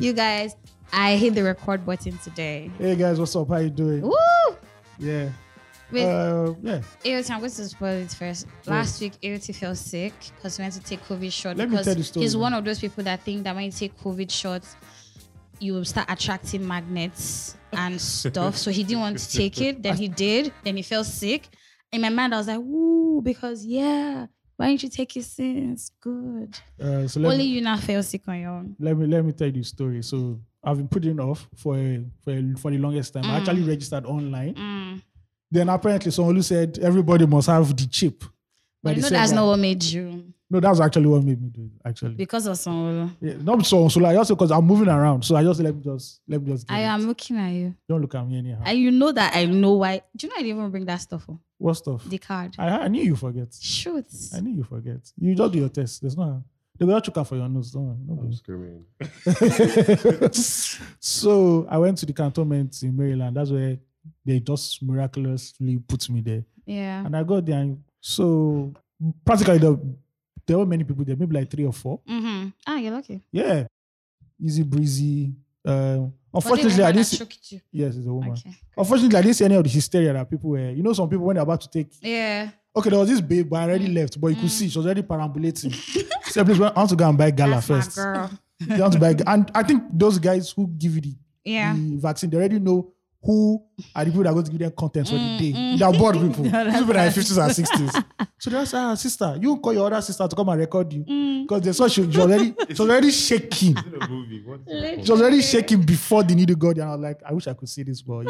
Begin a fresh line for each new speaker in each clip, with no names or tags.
You guys, I hit the record button today.
Hey guys, what's up? How you doing?
Woo!
Yeah.
Wait,
Uh, yeah.
Aote, I'm going to spoil it first. Last week, Aote fell sick because he went to take COVID shot.
Let me
because
tell the story
He's
now.
one of those people that think that when you take COVID shots, you will start attracting magnets and stuff. so he didn't want to take it. Then he did. Then he fell sick. In my mind, I was like, woo, because yeah, why didn't you take it since? Good.
Uh, so let
Only
me,
you now fell sick on your own.
let me let me tell you the story. So I've been putting off for a, for a, for the longest time. I actually registered online.
Mm.
Then apparently someone who said everybody must have the chip.
But
they
you know
said
that's
that-
not what made you.
No, that's actually what made me do it. Actually,
Because of some.
yeah, not so. So like also because I'm moving around, so I just let me just let me just. Get
I
it.
am looking at you.
Don't look at me anyhow.
And you know that I know why. Do you know I didn't even bring that stuff up?
what stuff?
The card.
I I knew you forget.
Shoot.
I knew you forget. You just do your test. There's no. They will not check out for your nose. Don't worry.
Oh,
No
Mm.
problem.
I'm screaming.
so I went to the cantonment in Maryland. That's where they just miraculously put me there.
Yeah.
And I got there. And so practically there, there were many people there, maybe like three or four.
Mm-hmm. Ah, you're lucky.
Yeah. Easy breezy. Um,
Was it
unfortunately, I
Emma that
didn't see,
shook you?
yes, it's a woman.
Okay.
Unfortunately, I didn't see any of the hysteria that people were. You know, some people when they're about to take.
Yeah.
Okay, there was this babe, but I
Hmm.
already left. But you could see she was already perambulating. Said, please, I want to go and buy gala
That's
first.
my girl.
They want to buy, and I think those guys who give you the
Yeah.
the vaccine, they already know who are the people that are going to give them content for
Mm,
the day.
mm.
They're bored people. These
They're
people that are in
bored.
50s and 60s. So they say, ah, sister, you call your other sister to come and record you.
Mm.
Because they saw she, she already she already shaking.
Is it a movie? What is it
She
called?
was already shaking before the needle got there. And I was like, I wish I could see this boy.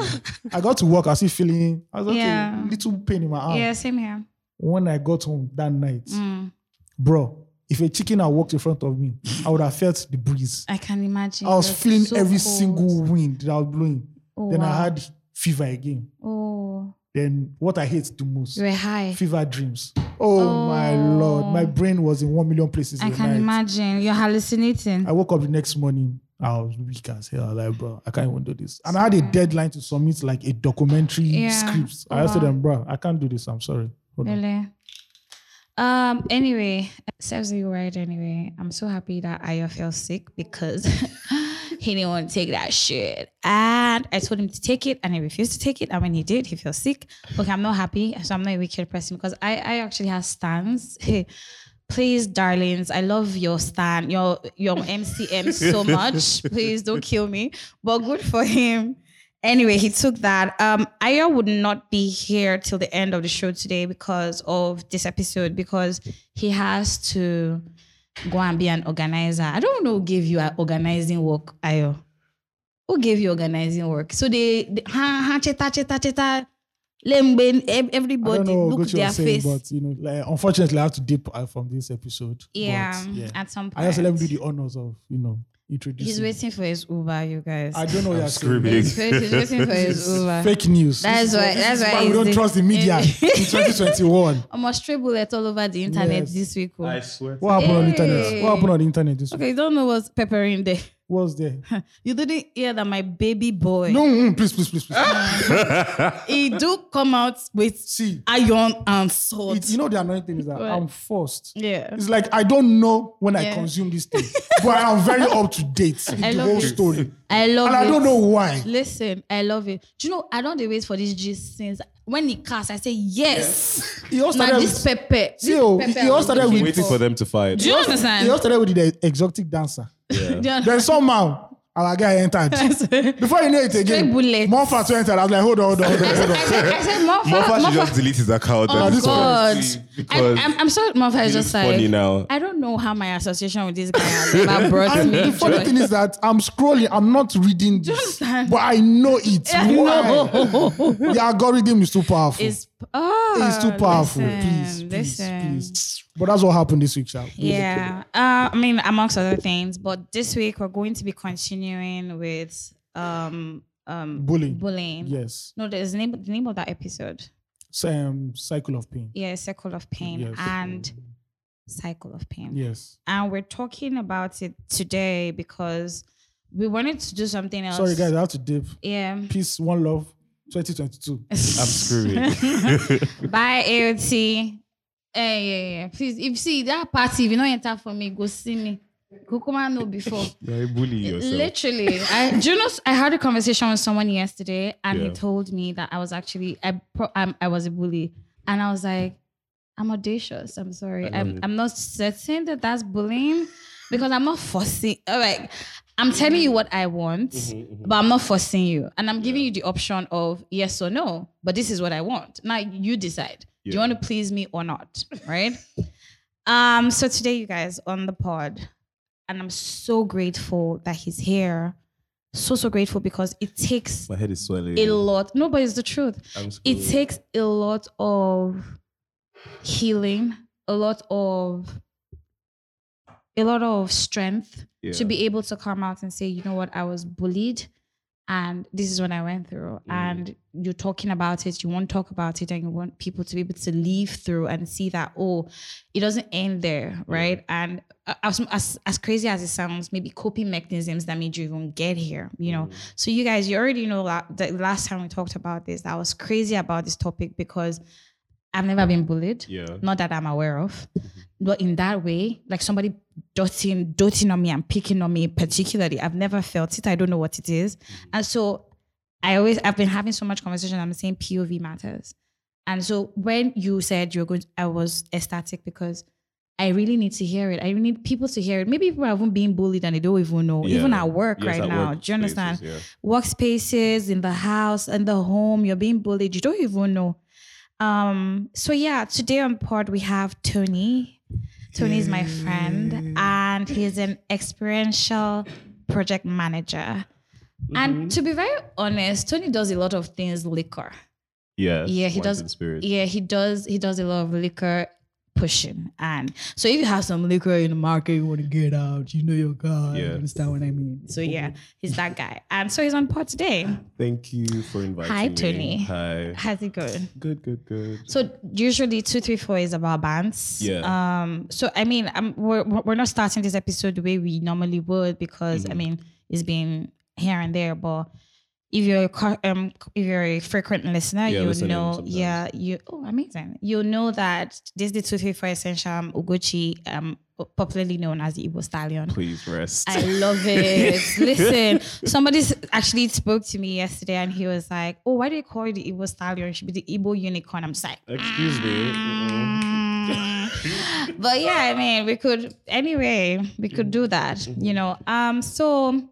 I got to work, I was still feeling I was okay,
Yeah.
little pain in my arm.
Yeah, same here.
When I got home that night,
Mm.
bro, if a chicken had walked in front of me, I would have felt the breeze.
I can imagine.
I was
You're
feeling
so
every
cold.
single wind that was blowing.
Oh,
then
wow.
I had fever again.
Oh,
Then what I hate the most,
you were high.
fever dreams. Oh, my
Oh.
lord, my brain was in one million places.
I
in the
can
night.
imagine. You're hallucinating.
I woke up the next morning. I was weak as hell. I was like, bro, I can't even do this. And I had a deadline to submit like a documentary
Mm. Yeah.
script. I
Oh,
asked
wow.
them, bro, I can't do this. I'm sorry. Hold on.
Really? Um, anyway, serves you right anyway. I'm so happy that Aya fell sick because he didn't want to take that shit. And I told him to take it and he refused to take it. And when he did, he fell sick. Okay, I'm not happy. So I'm not a wicked person because I, I actually have stands. Please, darlings, I love your stand, your your MCM so much. Please don't kill me. But good for him. Anyway, he took that. Um, Aya would not be here till the end of the show today because of this episode because he has to go and be an organizer. I don't know who gave you an organizing work, Ayo. Who gave you organizing work? So they, they ha ha cheta cheta cheta. Lembe, ev-
I don't
everybody
know what
look
Gucci
their
was saying,
face.
but you know, like, unfortunately, I have to dip out from this episode. But,
yeah,
yeah.
at some point.
I just let me do the honors of you know introducing.
He's waiting for his Uber, you guys.
I don't know what
I'm
you're
screaming.
saying.
He's wait- he's waiting for his Uber.
Fake news.
That
This
is why-
this
that's
is
why
why we
he's
don't
the-
trust the media in 2021.
Almost stray bullet all over the internet
Yes.
this week. oh.
I swear. to
What happened on the
Hey.
internet? What happened on the internet this week?
Okay, you don't know what's peppering there.
What's there?
You didn't hear that my baby boy.
No, mm, please, please, please, please.
Ah! He do come out with
See,
iron and sword.
it, you know the annoying thing is that
What?
I'm forced.
yeah.
It's like I don't know when I
Yeah.
consume this thing, but I'm very up to date with
I
the
love
whole
it.
story,
I love
and
it.
I don't know why.
Listen, I love it. Do you know I don't dey wait for this gist since when he cast, I say yes.
It all
Now
started.
this
With,
pepper.
see,
this
oh,
pepper
it
I
it all
was
started
looking
with.
Waiting for them to fight.
Do you
It all
understand?
started with the exotic dancer.
Yeah.
Do you
Then somehow our guy entered.
understand?
Before you know it again,
bullets.
more fast entered. I was like, hold on, hold on, hold on, hold
I
on.
said, I said Mofa.
Mofa
Mofa-
should just delete his account.
Oh
at this point.
God!
Because
I'm, I'm, I'm sorry, Mofa is
it's
just
funny
like
now.
I don't know how my association with this guy has ever brought
And
me.
the funny
joy.
thing is that I'm scrolling, I'm not reading this,
understand?
but I know it.
I
Why? The algorithm is too powerful.
It's oh,
it's too powerful. please,
listen,
please,
listen.
please. But that's what happened this week, Sha.
Yeah, uh, I mean, amongst other things, but this week we're going to be continuing with um um
Bullying.
bullying.
Yes.
No, there's the name the name of that episode.
Same cycle of pain.
Yeah, circle of pain
Yes.
and cycle of pain.
Yes.
And we're talking about it today because we wanted to do something else.
Sorry, guys, I have to dip.
Yeah.
Peace, one love, 2022.
I'm screaming.
Bye, Eh, AOT. Hey, yeah, yeah. Please, if see that party, if you don't enter for me, go see me. Kukuma know before.
Why bully yourself?
Literally, I do you know s- I had a conversation with someone yesterday, and he
Yeah.
told me that I was actually I pro, um, I was a bully, and I was like, I'm audacious. I'm sorry,
I love
I'm
it.
I'm not certain that that's bullying because I'm not forcing. All right, I'm telling you what I want,
Mm-hmm,
but I'm not forcing you, and I'm giving you the option of yes or no. But this is what I want. Now you decide. Do you
Yeah.
want to please me or not? Right. um. So today, you guys on the pod and I'm so grateful that he's here. So so grateful because it takes
My head is swelling.
a lot. No, but it's the truth.
I'm
It
screwed.
takes a lot of healing, a lot of a lot of strength
Yeah.
to be able to come out and say, you know what, I was bullied and this is what I went through.
Mm.
And you're talking about it, you want to talk about it, and you want people to be able to leave through and see that, oh, it doesn't end there, right? And uh, as, as, as crazy as it sounds, maybe coping mechanisms that made you even get here, you know?
Mm.
So, you guys, you already know that the last time we talked about this, I was crazy about this topic because I've never been bullied
Yeah.
not that I'm aware of. But in that way, like somebody dotting, dotting on me and picking on me particularly, I've never felt it. I don't know what it is. And so I always, I've been having so much conversation. I'm saying POV matters. And so when you said you're going, to, I was ecstatic because I really need to hear it. I need people to hear it. Maybe people are even being bullied and they don't even know, even
Yeah.
at work
Yes,
right
at
now.
work
Do you understand?
places, yeah.
workspaces, in the house, in the home. You're being bullied. You don't even know. Um, so yeah, today on pod we have Tony. Tony is my friend, and he's an experiential project manager. And to be very honest, Tony does a lot of things liquor.
Yes,
Yeah, he
wine
does-
and Spirit.
Yeah, he does he does a lot of liquor pushing. And so if you have some liquor in the market, you want to get out, you know your guy. You
Yeah.
Understand what I mean?
So yeah, he's that guy. And so he's on pod today.
Thank you for inviting
Hi,
me.
Tony.
Hi.
How's it going?
Good, good, good.
So usually two, three, four is about bands.
Yeah.
Um. So I mean, um, we're we're not starting this episode the way we normally would because I
Mhm.
mean it's been here and there, but if you're a, co- um if you're a frequent listener,
Yeah,
you
listening
know,
sometimes.
yeah, you oh amazing, you know that this is the two, three, four essential um, Ugochi, um, popularly known as the Igbo Stallion.
Please rest.
I love it. Listen, somebody s- actually spoke to me yesterday and he was like, Oh, why do you call it the Igbo stallion? It should be the Igbo unicorn. I'm just like,
Excuse me.
"Mm." but yeah, I mean, we could, anyway, we could do that, you know. Um, So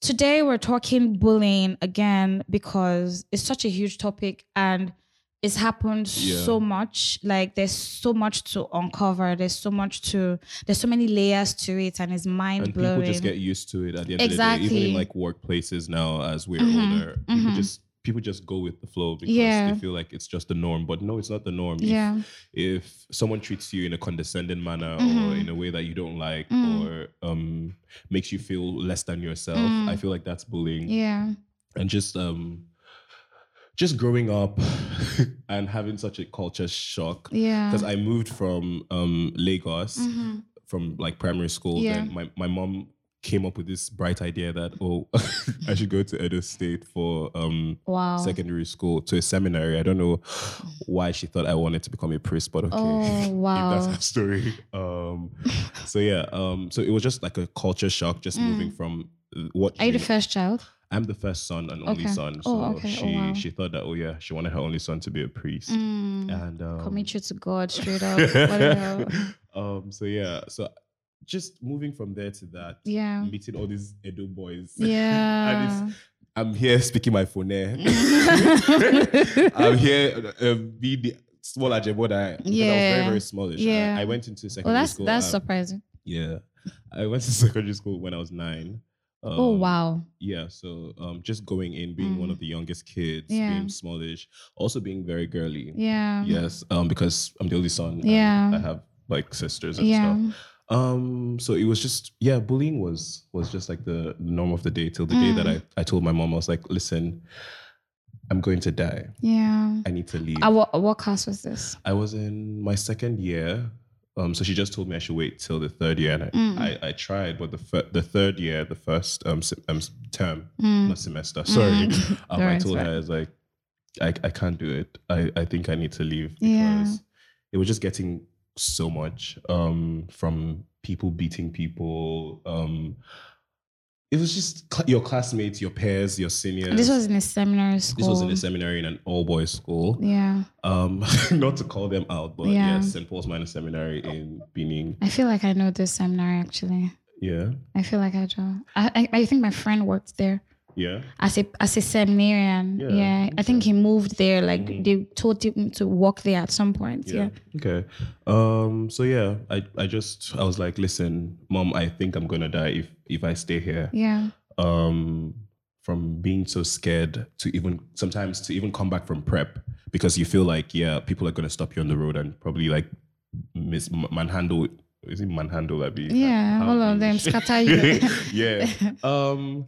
today we're talking bullying again because it's such a huge topic and it's happened
Yeah.
so much. Like there's so much to uncover. There's so much to, there's so many layers to it and it's mind
and
blowing.
people just get used to it at the end of the day.
Exactly.
Even in like workplaces now, as we're
Mhm,
older, people
mhm.
just people just go with the flow because
Yeah.
they feel like it's just the norm. But no, it's not the norm. If-
yeah.
If, someone treats you in a condescending manner or
Mhm.
in a way that you don't like
Mm.
or um makes you feel less than yourself,
Mm.
I feel like that's bullying.
Yeah.
and just um just growing up and having such a culture shock
Yeah.
because I moved from um Lagos
Mhm.
from like primary school
Yeah.
then my my mom came up with this bright idea that oh I should go to Edo State for um
Wow.
secondary school to a seminary I don't know why she thought I wanted to become a priest but okay
Oh
if
wow.
that's her story. Um, so yeah, um, so it was just like a culture shock, just
Mm.
moving from uh, what
Are you the
she-
first child?
I'm the first son and only
Okay.
son. So
Oh, okay. Oh,
she
wow.
she thought that oh yeah, she wanted her only son to be a priest.
Mm.
And um,
Commit you to God straight up. What the hell?
um so yeah, so just moving from there to that,
yeah.
meeting all these Edo boys.
Yeah.
And I'm here speaking my phoneer.
Mm.
I'm here uh, um, be the small Ajebo that I, because I was very,
Yeah.
very smallish.
Yeah.
I, I went into secondary
well, that's
school.
that's
um,
surprising.
Yeah. I went to secondary school when I was nine.
oh
Um,
wow.
Yeah. So um, just going in, being one
Mm.
of the youngest kids,
Yeah.
being smallish, also being very girly.
Yeah.
Yes. Um, because I'm the only son. and
Yeah.
I have like sisters and
Yeah.
stuff. Um, so it was just yeah, bullying was was just like the norm of the day till the day that
Mm.
I, I told my mom, I was like, listen, I'm going to die.
Yeah.
I need to leave.
Uh, what, what class was this?
I was in my second year. Um, so she just told me I should wait till the third year, and I,
Mm.
I, I tried, but the fir- the third year, the first um, se- um s- term,
Mm.
not semester. Sorry,
Mm.
um, I
Alright,
told her
sorry.
I was like, I, I can't do it. I, I think I need to leave
Yeah.
because it was just getting so much um from people beating people. Um, it was just cl- your classmates, your peers, your seniors.
This was in a seminary school.
This was in a seminary in an all boys school.
Yeah,
Um, not to call them out, but
Yeah. Oh.
yes, St. Paul's Minor Seminary in Benin.
I feel like I know this seminary actually.
Yeah,
I feel like I do. I, I, I think my friend worked there
yeah.
as a as a seminarian.
Yeah,
Yeah, I think he moved there. Like
Mhm.
they told him to work there at some point. Yeah.
yeah okay um so yeah i i just i was like listen mom i think i'm gonna die if if i stay here
Yeah.
um from being so scared to even sometimes to even come back from prep because you feel like yeah people are gonna stop you on the road and probably like miss manhandle is it manhandle that be
Yeah, all of them scatter you.
yeah um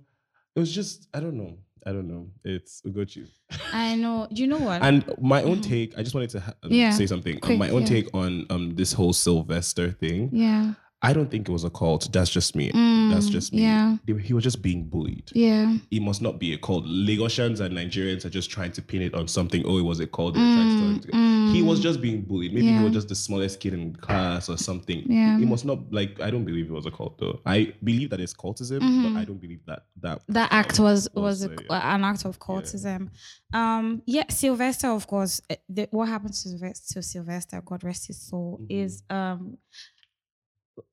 it was just i don't know i don't know it's ugochi
I know. You know what?
and my own
Mhm.
take, I just wanted to ha- um,
Yeah.
say something. Um,
Quick,
my own
yeah.
take on um, this whole Sylvester thing.
yeah.
I don't think it was a cult. That's just me. That's
Mm,
just me.
Yeah.
They- He was just being bullied.
Yeah.
It must not be a cult. Lagosians and Nigerians are just trying to pin it on something. Oh, it was a cult. They were trying to
Mm, mm.
He was just being bullied. Maybe he
Yeah.
was just the smallest kid in class or something.
Yeah.
It must not like I don't believe it was a cult though. I believe that it's cultism,
Mhm.
but I don't believe that that
that act was
was
was
a-
a, an act of cultism. Um, yeah, Sylvester, of course. eh, The, what happened to Sylvester, to Sylvester, God rest his soul,
Mhm.
is um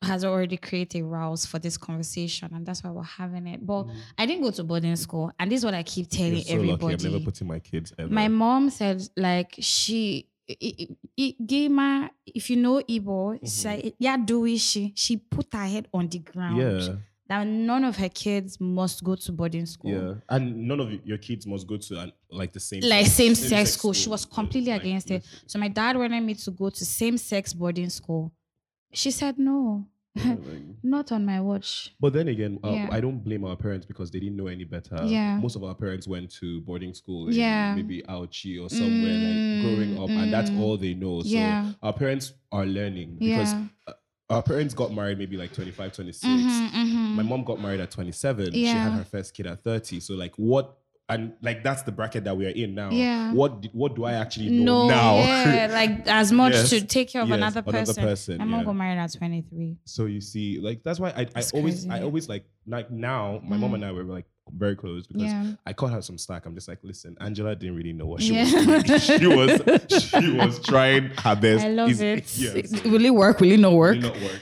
has already created rouse for this conversation, and that's why we're having it. But
Mhm.
I didn't go to boarding school, and this is what I keep telling
You're so lucky.
everybody.
I've never put in my kids ever.
My mom said like she. I, I, Gamer, if you know Igbo, she's
Mhm.
like, yeah, do we? She she put her head on the ground
yeah.
that none of her kids must go to boarding school.
Yeah, and none of y- your kids must go to an, like the same
Like same sex school. She was completely against it. So my dad wanted me to go to same sex boarding school. She said no, not on my watch.
But then again, uh,
Yeah.
I don't blame our parents because they didn't know any better.
Yeah.
Most of our parents went to boarding school in
Yeah.
maybe Auchi or somewhere
Mm,
like growing up, and that's
mm.
all they know. So
Yeah.
our parents are learning because
Yeah.
our parents got married maybe like 25, 26.
Mhm, mhm.
My mom got married at 27. She had
Yeah.
her first kid at 30. So like what and like that's the bracket that we are in now.
Yeah.
What did, what do I actually know
no,
now?
yeah, like as much
Yes,
to take care of
Yes,
another person.
person,
My mom
yeah.
got married at 23.
so you see like that's why i, I
It's
always
crazy.
i always like like now my mom
Mm.
and i were like very close because
Yeah.
i caught her some slack i'm just like listen angela didn't really know what she
Yeah.
was doing. she was she was trying her best
I love it.
It's- yeah, so
Will it work? Will it not
it
work?
did not work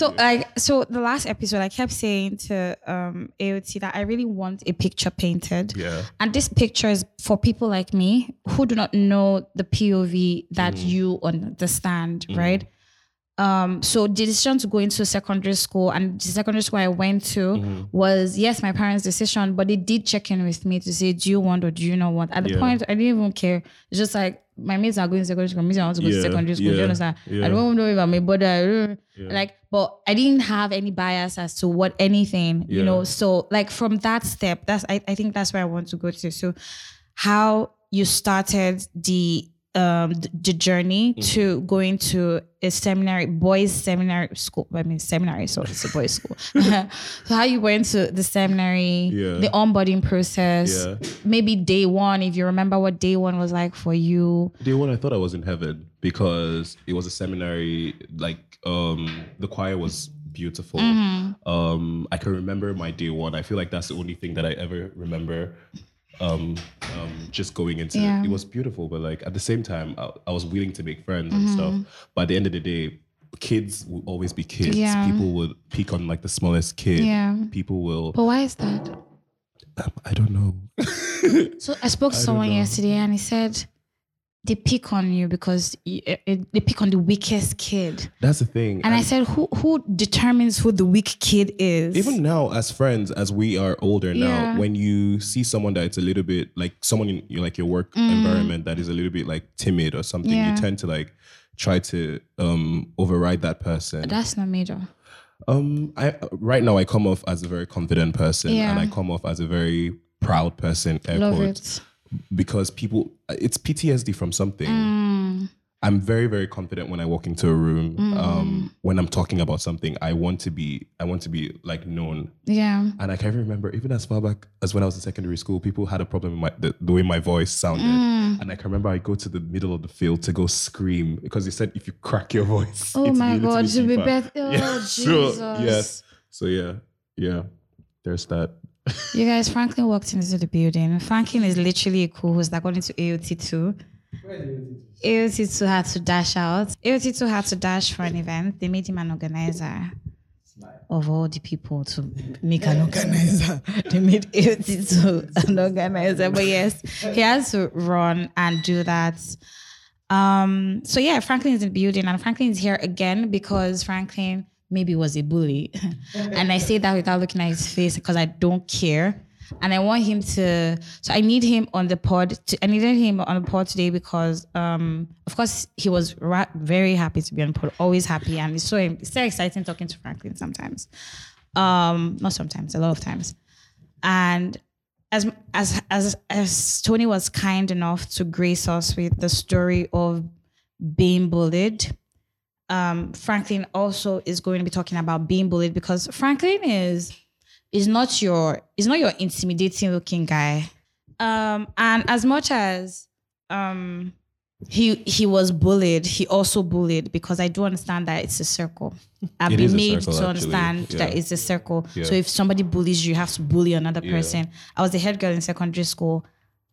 So
Yeah.
like so the last episode I kept saying to um AOT that I really want a picture painted.
yeah
And this picture is for people like me who do not know the POV that
Mhm.
you understand,
Mhm.
right? Um, so the decision to go into secondary school and the secondary school I went to
Mhm.
was yes, my parents' decision, but they did check in with me to say, Do you want or do you not want? At the
Yeah.
point I didn't even care. It's just like my mates are going to secondary school, my mates want to go
Yeah,
to secondary school, do
yeah,
you understand?
yeah.
I don't know if I'm a brother.
Yeah.
Like, but I didn't have any bias as to what anything,
Yeah.
you know. So, like from that step, that's I, I think that's where I want to go to. So, how you started the um th- the journey
Mhm.
to going to a seminary boys seminary school i mean seminary so it's a boys school so how you went to the seminary
Yeah.
the onboarding process
yeah
maybe day one if you remember what day one was like for you
day one i thought i was in heaven because it was a seminary like um the choir was beautiful
Mhm.
Um, I can remember my day one. I feel like that's the only thing that I ever remember. Um, um, just going into
Yeah.
it was beautiful, but like at the same time, I, I was willing to make friends
Mm-hmm.
and stuff. But at the end of the day, kids will always be kids.
Yeah.
People will pick on like the smallest kid.
yeah
People will.
but why is that
I don't know.
So I spoke to
I don't
someone
know.
yesterday, and he said they pick on you because you, eh, eh, they pick on the weakest kid.
That's the thing.
And I said, who who determines who the weak kid is?
even now as friends as we are older now
Yeah.
when you see someone that it's a little bit like someone in your like your work
Mm.
environment that is a little bit like timid or something
Yeah.
you tend to like try to um override that person
that's not major.
um i right now i come off as a very confident person and
Yeah.
i come off as a very proud person air
Love
quotes,
it.
because people it's ptsd from something
Mm.
I'm very very confident when I walk into a room.
Mm.
Um, when I'm talking about something, I want to be I want to be like known.
Yeah.
And I can remember even as far back as when I was in secondary school, people had a problem with my the, the way my voice sounded.
Mm.
And I can remember I go to the middle of the field to go scream because they said if you crack your voice,
Oh
it's
my
a little
God,
bit
to be
deeper.
better. Oh
Yeah, so,
Jesus.
yes. So yeah, yeah, there's that.
You guys, Franklin walked into the building. Franklin is literally a co-host according to AOT two. AOT two had to dash out. AOT two had to dash for an event. They made him an organizer. Of all the people to make an organizer, they made AOT two an organizer. But yes, he has to run and do that. Um, so yeah, Franklin is in the building and Franklin is here again because Franklin maybe was a bully. and I say that without looking at his face because I don't care. And I want him to so I need him on the pod to, I needed him on the pod today because um of course he was ra- very happy to be on pod, always happy and it's so it's so exciting talking to Franklin sometimes. Um not sometimes, a lot of times. And as as as as Tony was kind enough to grace us with the story of being bullied, um, Franklin also is going to be talking about being bullied because Franklin is is not your is not your intimidating looking guy. Um, and as much as um, he he was bullied, he also bullied because I do understand that it's a circle. I've
It is
been
a
made
circle,
to
actually.
understand that
Yeah.
it's a circle.
Yeah.
So if somebody bullies you, you have to bully another
Yeah.
person. I was a head girl in secondary school,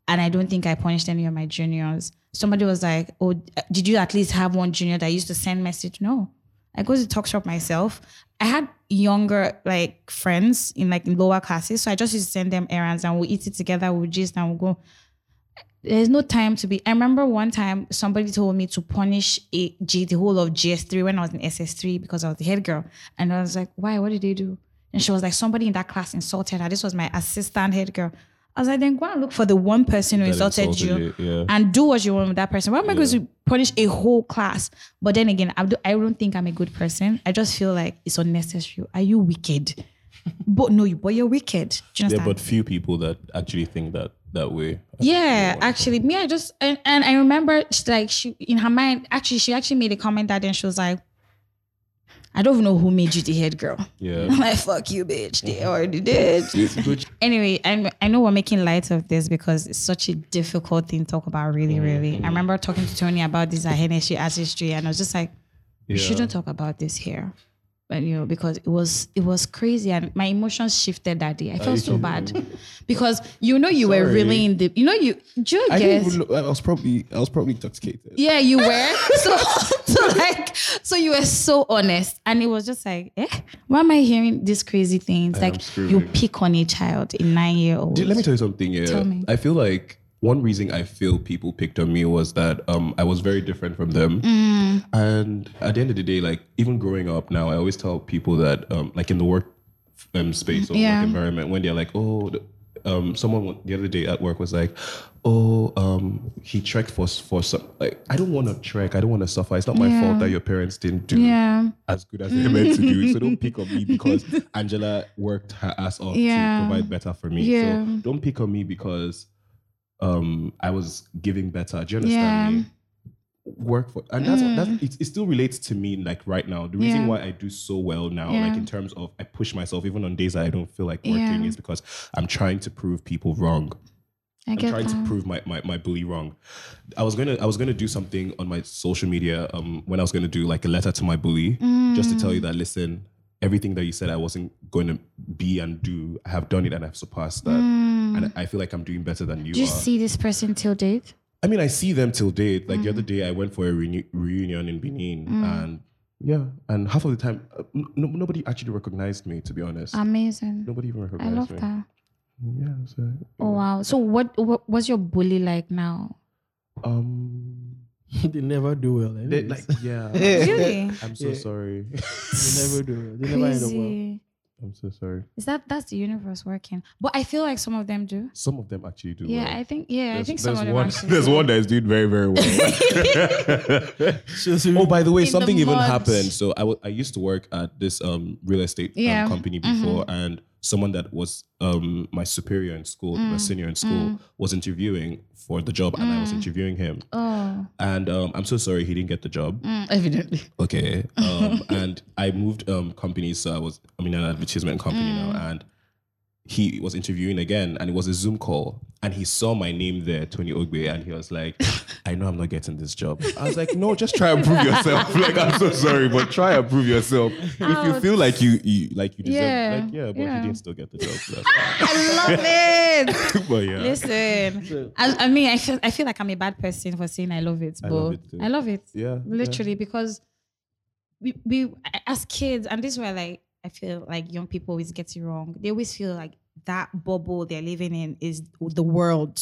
and I don't think I punished any of my juniors. Somebody was like, "Oh, did you at least have one junior that used to send message?" No, I go to talk shop myself. I had younger like friends in like lower classes, so I just used to send them errands and we'll eat it together, we'll gist and we'll go. There's no time to be. I remember one time somebody told me to punish a, G, the whole of GS3 when I was in SS3 because I was the head girl. And I was like, why? What did they do? And she was like, somebody in that class insulted her. This was my assistant head girl. I was like, then go and look for the one person who
That
insulted, you
insulted you, yeah.
and do what you want with that person. Why am I going
Yeah.
to punish a whole class? But then again, I, do, I don't think I'm a good person. I just feel like it's unnecessary. Are you wicked? but no, you, but you're wicked. Do you
There
understand?
are but few people that actually think that that way.
Yeah, actually, me, I just and, and I remember she, like she in her mind actually she actually made a comment that then she was like, I don't even know who made you the head girl.
Yeah,
I'm like, fuck you, bitch. They already did.
it's good.
Anyway, I'm, I know we're making light of this because it's such a difficult thing to talk about, really, really. I remember talking to Tony about this at Hennessy Artistry, and I was just like,
Yeah.
we shouldn't talk about this here. But you know, because it was it was crazy and my emotions shifted that day. I felt so bad. Because you know you were
Sorry.
really in the you know you do you
I
guess
didn't even look, I was probably I was probably intoxicated.
yeah, you were. So, so like, so you were so honest, and it was just like, eh, why am I hearing these crazy things?
am
like,
screwed.
you pick on a child, a nine-year-old.
Dude, let me tell you something. Yeah,
Tell me.
I feel like one reason I feel people picked on me was that um, I was very different from them.
Mm.
And at the end of the day, like even growing up now, I always tell people that um, like in the work um, space or
Yeah.
work environment, when they're like, oh, the- um, someone the other day at work was like, oh, um, he trekked for for some. Like, I don't want to trek. I don't want to suffer. It's not my
Yeah.
fault that your parents didn't do
yeah,
as good as they're meant to do. So don't pick on me because Angela worked her ass off
Yeah.
to provide better for me.
Yeah.
So don't pick on me because um I was giving better. Do you understand
Yeah. Mm.
me? Work for and that's that's it, it still relates to me like right now. The reason
Yeah.
why I do so well now,
Yeah.
like in terms of I push myself even on days that I don't feel like
Yeah.
working, is because I'm trying to prove people wrong.
I
I'm
get
trying
that.
to prove my, my my bully wrong. I was gonna I was gonna do something on my social media um when I was gonna do like a letter to my bully just to tell you that listen everything that you said I wasn't going to be and do I have done it and I've surpassed that and I feel like I'm doing better than you
Do you
are.
Hmm. see this person till date?
I mean I see them till date. Like the other
Hmm.
day I went for a reuni- reunion in Benin and yeah and half of the time uh, n- no- nobody actually recognized me to be honest.
Amazing.
nobody even
Um, I
recognized
love
me.
that.
Yeah. So
Oh wow. So what what was your bully like now?
um
they never do well.
they,
anyways.
like yeah.
Really
I'm so
Yeah.
sorry.
they never do well. They never end up well.
crazy.
I'm so sorry.
Is that that's the universe working? But I feel like some of them do.
Some of them actually do.
Yeah,
well.
I think. Yeah, I
There's-
think some
there's
of them.
one,
actually
There's
do.
one that is doing very, very well. oh, by the way,
In the
something even
mud.
happened. So I wa- I used to work at this um real estate um,
Yeah. Mm-hmm.
company before, and someone that was um, my superior in school, my
Mm.
senior in school,
Mm.
was interviewing for the job, and I was
Mm.
interviewing him.
Oh,
And um, I'm so sorry he didn't get the job.
mm, evidently.
Okay. Um, and I moved um, companies, so I was I'm in an advertisement company
Mm.
now, and he was interviewing again, and it was a Zoom call, and he saw my name there, Tony Ogbe, and he was like, "I know I'm not getting this job." I was like, "No, just try and prove yourself." like I'm so sorry, but try and prove yourself. If you feel like you, you like you deserve,
Yeah,
like yeah, but
yeah.
he didn't still get the job. so that's fine.
I love it.
but yeah,
Listen,
So,
I, I mean, I feel I feel like I'm a bad person for saying I love it,
I
but I
love
love
it
it,
too. yeah,
literally because we we as kids, and this is where like I feel like young people always get it wrong. They always feel like that bubble they're living in is the world,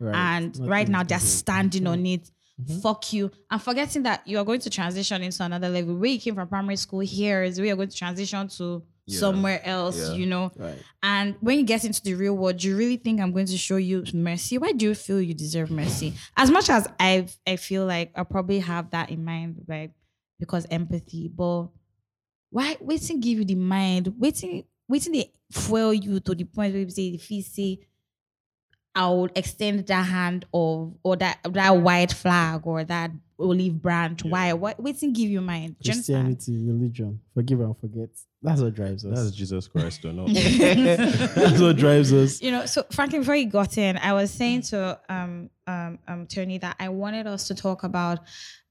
and
Nothing
right
is
now they're
different.
standing on it.
Mhm.
Fuck you. I'm forgetting that you are going to transition into another level. Where you came from primary school here is where you're going to transition to
Yeah.
somewhere else,
Yeah.
you know.
Right.
And when you get into the real world, do you really think I'm going to show you mercy? Why do you feel you deserve mercy? As much as I I feel like I probably have that in mind, right? Because empathy, but why waiting give you the mind? Waiting waiting they fuel you to the point where you say if you say I would extend that hand of or that that white flag or that olive branch.
Yeah.
Why? Why waiting give you mind? Do you understand?
Christianity, religion, forgive and forget. That's what drives us.
that's Jesus Christ, or not?
That's what drives us.
you know, so frankly, before you got in, I was saying to um, um, um, Tony that I wanted us to talk about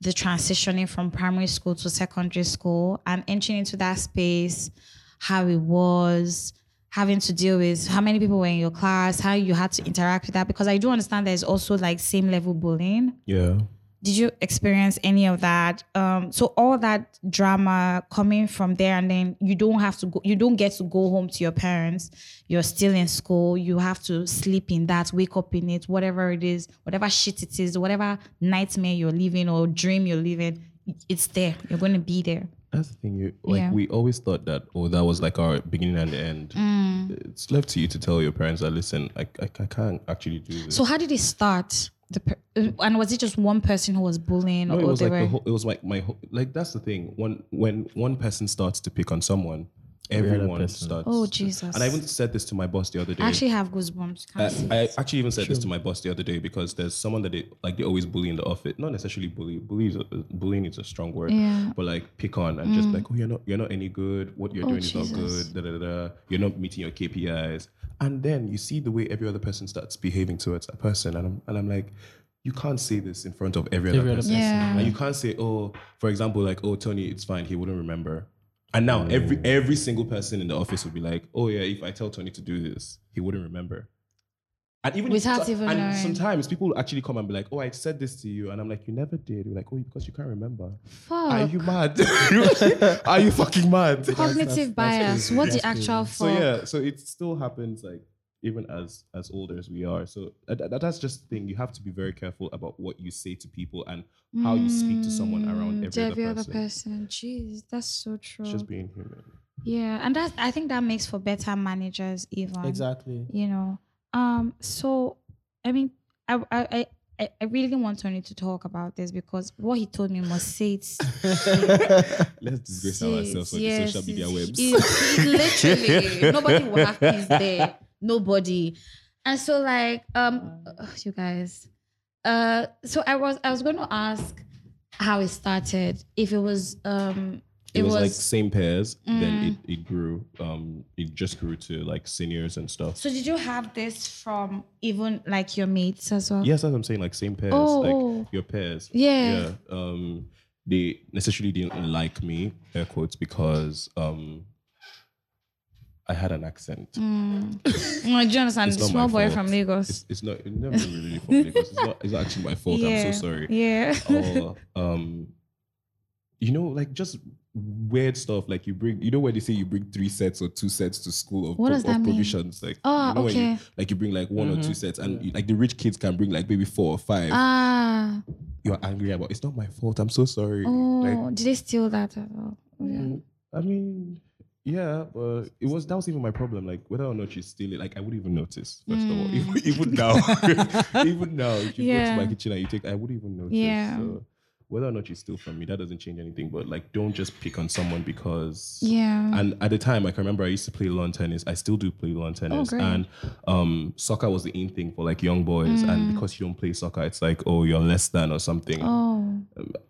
the transitioning from primary school to secondary school and entering into that space, how it was, having to deal with how many people were in your class, how you had to interact with that. Because I do understand there's also like same level bullying
yeah.
did you experience any of that um so all that drama coming from there and then you don't have to go you don't get to go home to your parents you're still in school you have to sleep in that wake up in it whatever it is whatever shit it is whatever nightmare you're living or dream you're living it's there you're going to be there
That's the thing. You like
Yeah.
we always thought that oh that was like our beginning and end.
Mm.
It's left to you to tell your parents that listen, I, I, I can't actually do this.
so how did it start the per- uh, and was it just one person who was bullying
no,
or
it was
they
like
were
the whole, it was like my whole, like that's the thing. When when one person starts to pick on someone, everyone
person.
starts.
oh
to-
jesus
And I even said this to my boss the other day.
I actually have goosebumps Can't
I,
see
I
it.
actually even said this to my boss the other day because there's someone that they like they always bully in the office. Not necessarily bully. Bully is a, bullying is a strong word.
Yeah. Mm.
But like pick on and just like oh you're not you're not any good. What you're
Oh,
doing is not
Jesus.
good. Da, da, da, da. You're not meeting your KPIs. And then you see the way every other person starts behaving towards that person, and I'm and I'm like, you can't say this in front of every,
Every
other
other
person.
yeah
And you can't say, oh, for example, like, oh, Tony, it's fine. He wouldn't remember. And now every
Mm.
every single person in the office would be like, oh yeah, if I tell Tony to do this, he wouldn't remember. And even if-
Without even
and
knowing.
sometimes people actually come and be like, oh, I said this to you, and I'm like, you never did. You're like, oh, because you can't remember.
Fuck.
Are you mad? Are you fucking mad?
cognitive
that's- that's
bias.
crazy.
What the
That's
actual fuck?
so yeah, so it still happens like even as as older as we are. So uh, th- that's just the thing. You have to be very careful about what you say to people and how you speak to someone around
Mm,
every other person.
person. Jeez, that's so true.
It's just being human.
yeah, and that's I think that makes for better managers even.
Exactly.
You know. Um. So, I mean, I I. I I- I really want Tony to talk about this because what he told me must say it's
Let's
Yes,
disgrace ourselves on the
yes,
social media
yes.
webs.
It- it literally, nobody will have peace there. Nobody. And so, like, um, ugh, you guys. Uh, so I was I was going to ask how it started. If it was, um,
it,
it,
was, like same pairs, then
Mm.
it, it grew. Um, it just grew to like seniors and stuff.
so did you have this from even like your mates as well?
yes, that's what I'm saying. Like same pairs,
Oh,
like
oh.
your pairs.
yeah.
yeah um they necessarily didn't like me air quotes because um i had an accent
Mm. Mm, do you understand?
It's not
Small
my
boy
fault.
from Lagos.
it's, it's not it never really fault because it's not it's not actually my fault
yeah.
i'm so sorry
Yeah.
or um you know like just weird stuff like you bring you know where they say you bring three sets or two sets to school of,
What does
of
that mean?
provisions like
Oh,
you know when you-
okay.
like you bring like one or
Mhm.
two sets and
Yeah.
you- like the rich kids can bring like maybe four or five
Ah.
you're angry about it's not my fault i'm so sorry
Oh,
like
did they steal that at all? Oh, Yeah.
Mm, I mean, yeah, but it was that was even my problem. Like whether or not you steal it, like I wouldn't even notice. First of all, even, even now, even now, if you go
Mm. Yeah.
to my kitchen and you take, I wouldn't even notice.
Yeah.
So whether or not you steal from me, that doesn't change anything. But like, don't just pick on someone because
Yeah.
and at the time, I can remember I used to play lawn tennis. I still do play lawn tennis.
Oh, great.
and um, soccer was the in thing for like young boys. And because you don't play soccer, it's like, oh, you're less than or something.
Mm. Oh,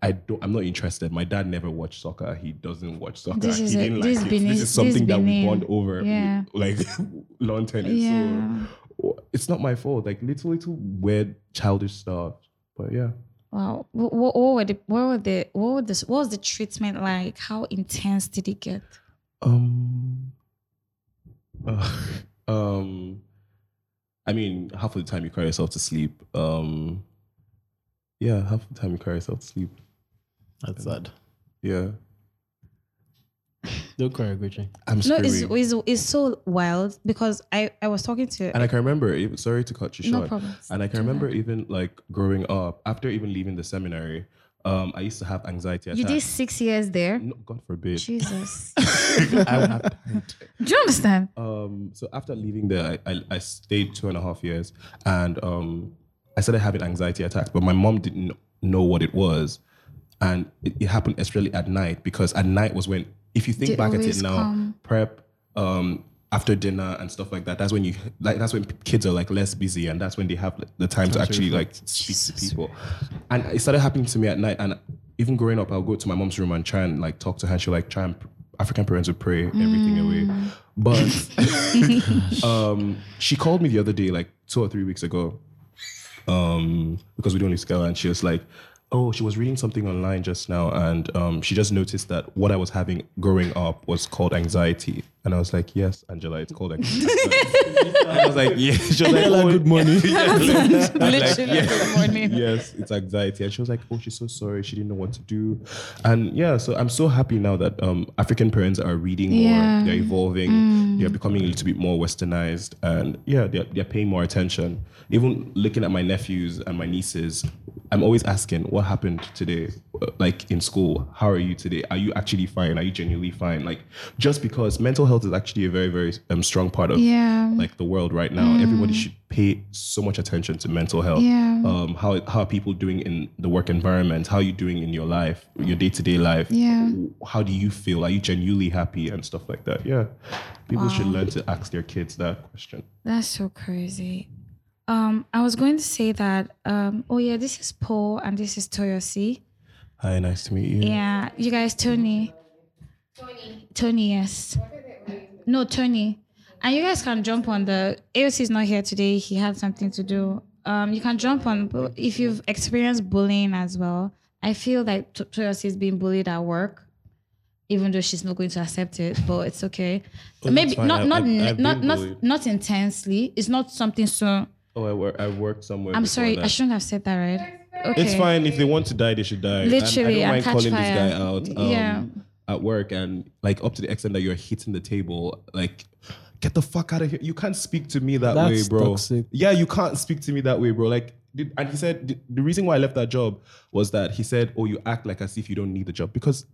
I don't. I'm not interested. My dad never watched soccer. He doesn't watch soccer.
This is
he
a-
didn't
this
like it.
Benin-
This is something
this
that we
Benin.
bond over.
Yeah.
Like lawn tennis. So
yeah.
it's not my fault. Like little little weird childish stuff. But yeah.
Wow. What, what were the what were the what were this what was the treatment like? How intense did it get?
Um. uh, um. I mean, half of the time you cry yourself to sleep. Um. Yeah, half of the time you cry yourself to sleep.
That's sad.
Yeah.
Don't cry, Gucci.
I'm
No,
screaming.
it's, it's it's so wild because I I was talking to
and I can remember. even- Sorry to cut you short.
no problem.
And I can
Do that.
remember even like growing up, after even leaving the seminary, um, I used to have anxiety attacks.
You did six years there.
No, God forbid.
Jesus.
I would have died.
Do you understand?
um, so after leaving there, I, I, I stayed two and a half years, and um, I started having anxiety attacks. But my mom didn't know what it was, and it, it happened especially at night because at night was when, if you think
They
back at
always
it now,
come.
prep. Um, after dinner and stuff like that. That's when you like. That's when kids are like less busy, and that's when they have the time to actually like speak to people. And it started happening to me at night. And even growing up, I'll go to my mom's room and try and like talk to her. She'll like try and African parents would pray everything
Mm.
away. But um, she called me the other day, like two or three weeks ago, um, because we don't live together, and she was like. Oh, she was reading something online just now, and um, she just noticed that what I was having growing up was called anxiety, and I was like, "Yes, Angela, it's called anxiety." I was like, "Yeah." She was like, "Oh,
good morning.
Literally
yeah.
good morning.
yes, it's anxiety. And she was like, oh, she's so sorry. She didn't know what to do. And yeah, so I'm so happy now that um, African parents are reading more.
Yeah.
They're evolving.
Mm.
They're becoming a little bit more westernized. And yeah, they're, they're paying more attention. Even looking at my nephews and my nieces, I'm always asking, what happened today? Uh, Like in school, how are you today? Are you actually fine? Are you genuinely fine? Like just because mental health is actually a very, very um, strong part of
Yeah. Mm.
like the world right now. Everybody should pay so much attention to mental health.
Yeah.
Um, how how are people doing in the work environment? How are you doing in your life, your day to day life?
Yeah.
How do you feel? Are you genuinely happy and stuff like that? Yeah. People should learn to ask their kids that question.
That's so crazy. Um, I was going to say that. Um, oh yeah, this is Paul and this is Toyosi.
Hi, nice to meet you.
Yeah, you guys, Tony. Tony. Tony, yes. No, Tony. And you guys can jump on the AOC is not here today. He had something to do. Um, you can jump on bu- if you've experienced bullying as well. I feel like To- Toyosi is being bullied at work, even though she's not going to accept it, but it's okay. Maybe
Oh, fine.
not
I-
not
I've-
n-
I've
not
been
not
bullied.
not intensely. It's not something so.
Oh, I work. I worked somewhere.
I'm
before
sorry, I
that.
shouldn't have said that, right? Okay.
It's fine if they want to die, they should die. And
Literally,
I
and
don't mind
catch
calling
fire.
this guy out. Um,
Yeah.
At work and like up to the extent that you're hitting the table, like. Get the fuck out of here! You can't speak to me that
That's
way, bro.
toxic.
Yeah, you can't speak to me that way, bro. Like, did- and he said the- the reason why I left that job was that he said, "Oh, you act like as if you don't need the job because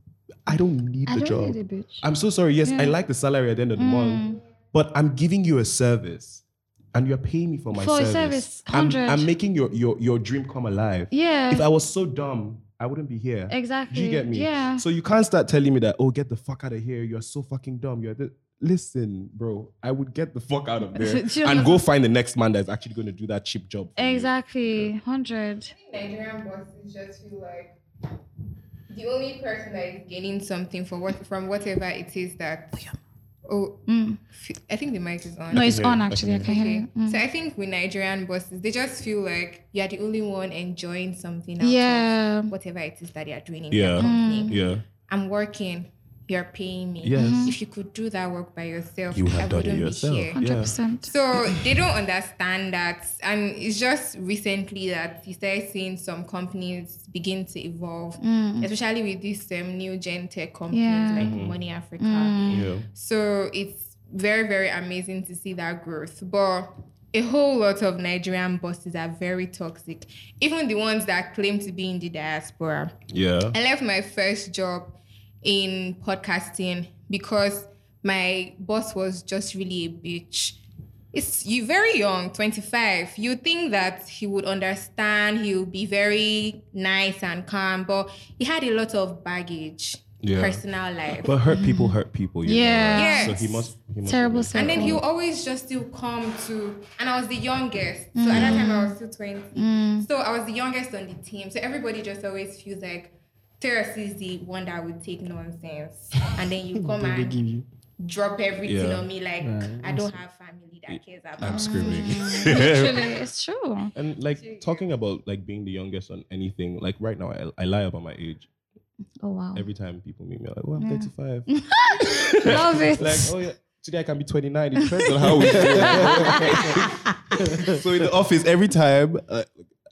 I don't need
I
the
don't need
job.
a bitch.
I'm so sorry. Yes, I like the salary at the
Mm.
end of the month, but I'm giving you a service, and you're paying me for my
For a
service.
service,
I'm,
100.
I'm making your your your dream come alive.
Yeah.
If I was so dumb, I wouldn't be here.
Exactly.
Do you get me?
Yeah.
So you can't start telling me that. Oh, get the fuck out of here. You're so fucking dumb. You're the listen, bro. I would get the fuck out of there
Do you
and go find the next man that's actually going to do that cheap job. for you.
Exactly, hundred.
Nigerian bosses just feel like the only person that is gaining something for what from whatever it is that. Oh, f- I think the mic is on.
No, it's
hear
on
you. I
actually. I
can
can hear
Okay.
you. Mm.
So I think with Nigerian bosses, they just feel like you're the only one enjoying something out
Yeah. Mm.
of whatever it is that they are doing in
Yeah.
their company.
Yeah.
I'm working, you're paying me.
Yes.
If you could do that work by yourself,
You
I
have done
wouldn't
it
be
yourself.
here.
Hundred
Yeah.
percent.
So they don't understand that, and it's just recently that you started seeing some companies begin to evolve, especially with these um, new gen tech companies
Yeah.
like Money Africa.
Yeah.
So it's very, very amazing to see that growth. But a whole lot of Nigerian bosses are very toxic, even the ones that claim to be in the diaspora.
Yeah.
I left my first job in podcasting because my boss was just really a bitch. it's you very young, 25. You think that he would understand, he would be very nice and calm, but he had a lot of baggage,
Yeah.
personal life.
But hurt people hurt people. You Know,
Yeah.
right? So he
Yes.
must. He must
Terrible
and then
circle.
he would always just still come to, and I was the youngest. So at that time I was still 20. So I was the youngest on the team. So everybody just always feels like Terrace is the one that would take nonsense. And then you come
Then they give
and
you.
drop everything
Yeah.
on me like
Right.
I don't have family that cares about
I'm
me.
screaming.
Literally, it's true.
and like talking about like being the youngest on anything. Like right now, I, I lie about my age
Oh wow.
every time people meet me. I'm like, oh, I'm
Yeah.
35.
Love it.
like, oh yeah, today I can be 29. It depends on how we feel. so in the office, every time uh,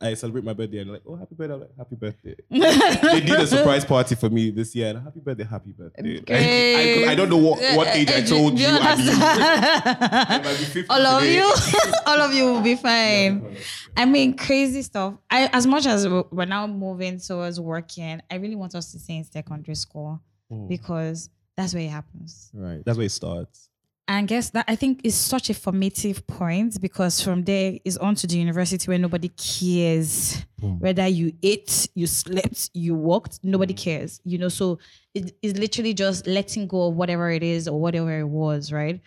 I celebrate my birthday, and like, oh, happy birthday! I'm like, happy birthday. they did a surprise party for me this year, and happy birthday, happy birthday. Like, I, I, don't know what, what
Uh,
age I told you. and you- I might be 50
all of
today.
you, all of you will be fine. I mean, crazy stuff. I, as much as we- we're now moving towards working, I really want us to stay in secondary school
Mm.
because that's where it happens.
Right, that's where it starts.
And guess that I think is such a formative point because from there is on to the university where nobody cares whether you ate, you slept, you walked. Nobody cares, you know. So it is literally just letting go of whatever it is or whatever it was, right?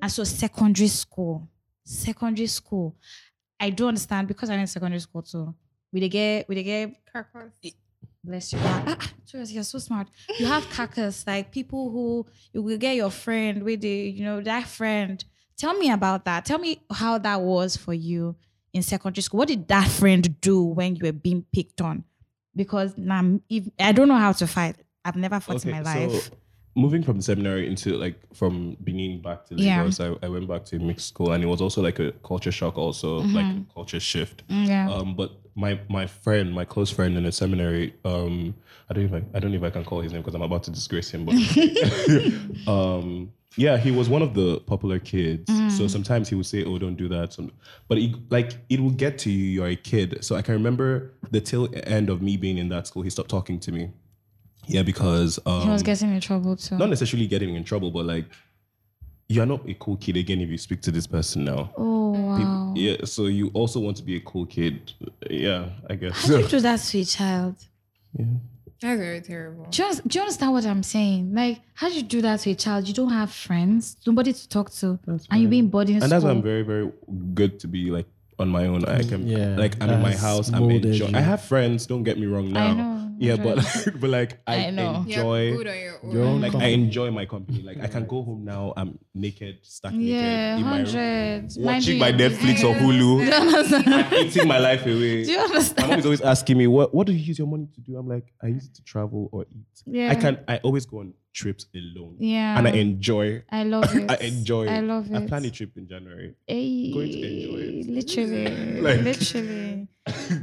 And so secondary school, secondary school, I do understand because I'm in secondary school too. We dey get we dey get
Carcass.
bless you. Ah, ah, Julius, you're so smart. You have carcass, like people who you will get your friend with the, you know, that friend. Tell me about that. Tell me how that was for you in secondary school. What did that friend do when you were being picked on? Because nah, if, I don't know how to fight. I've never fought in my life.
So moving from the seminary into like from Benin back to
Yeah.
Lagos, I, I went back to a mixed school and it was also like a culture shock, also like
Mm-hmm.
a culture shift.
Mm, yeah.
Um, but my my friend, my close friend in the seminary, um, I don't even I don't know if I can call his name because I'm about to disgrace him, but um, yeah, he was one of the popular kids.
Mm.
So sometimes he would say, "Oh, don't do that," Some- but it, like it will get to you. You're a kid, so I can remember the tail end of me being in that school. He stopped talking to me. Yeah, because um,
he was getting in trouble too.
not necessarily getting in trouble, but like you're not a cool kid again if you speak to this person now.
oh,
Peop-
wow.
Yeah, so you also want to be a cool kid. Yeah, I guess.
How do you do that to a child?
That's very terrible.
Do you, un- do you understand what I'm saying? Like, how do you do that to a child? You don't have friends, nobody to talk to, and you're being boarding
and
school.
that's why I'm very, very good to be like on my own. I can
Yeah,
like I'm in my
that's
house. I'm
molded
enjoying.
you.
I have friends. Don't get me wrong. Now,
know,
yeah, but
right.
but like I,
I know.
You're
enjoy.
good on your own.
Your own
like I
company.
enjoy my company. Like I can go home now. I'm naked, stack
Yeah,
naked in my room,
hundred.
watching my Netflix or Hulu, I'm eating my life away.
Do you
My
understand?
mom is always asking me, what, what do you use your money to do? I'm like, I use it to travel or eat.
Yeah.
I can I always go on trips alone.
Yeah.
And I enjoy.
I love it.
I enjoy it.
I love it.
I plan a trip in January.
Ay,
going to enjoy it.
Eh, Literally.
Like-
Literally.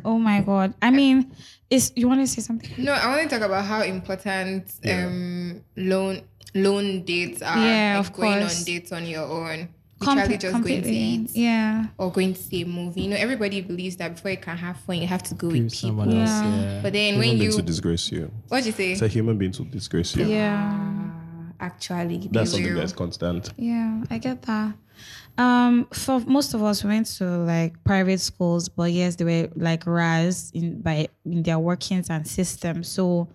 Oh my god. I mean, is you want to say something?
No, I want to talk about how important
Yeah.
um loan loan dates are.
Yeah,
like
of
going
course.
on dates on your own. Literally
Comple-
just going
completely.
to eat
Yeah.
or going to see a movie. You know, everybody believes that before you can have fun, you have to go
Give
with people.
someone else.
Yeah.
Yeah.
But then when you
disgrace you.
what'd you say?
It's a human being to disgrace you.
Yeah.
Ah, Actually, they
That's something
will.
that's constant.
Yeah, I get that. Um, for most of us, we went to like private schools, but yes, they were like raised in by in their workings and systems. So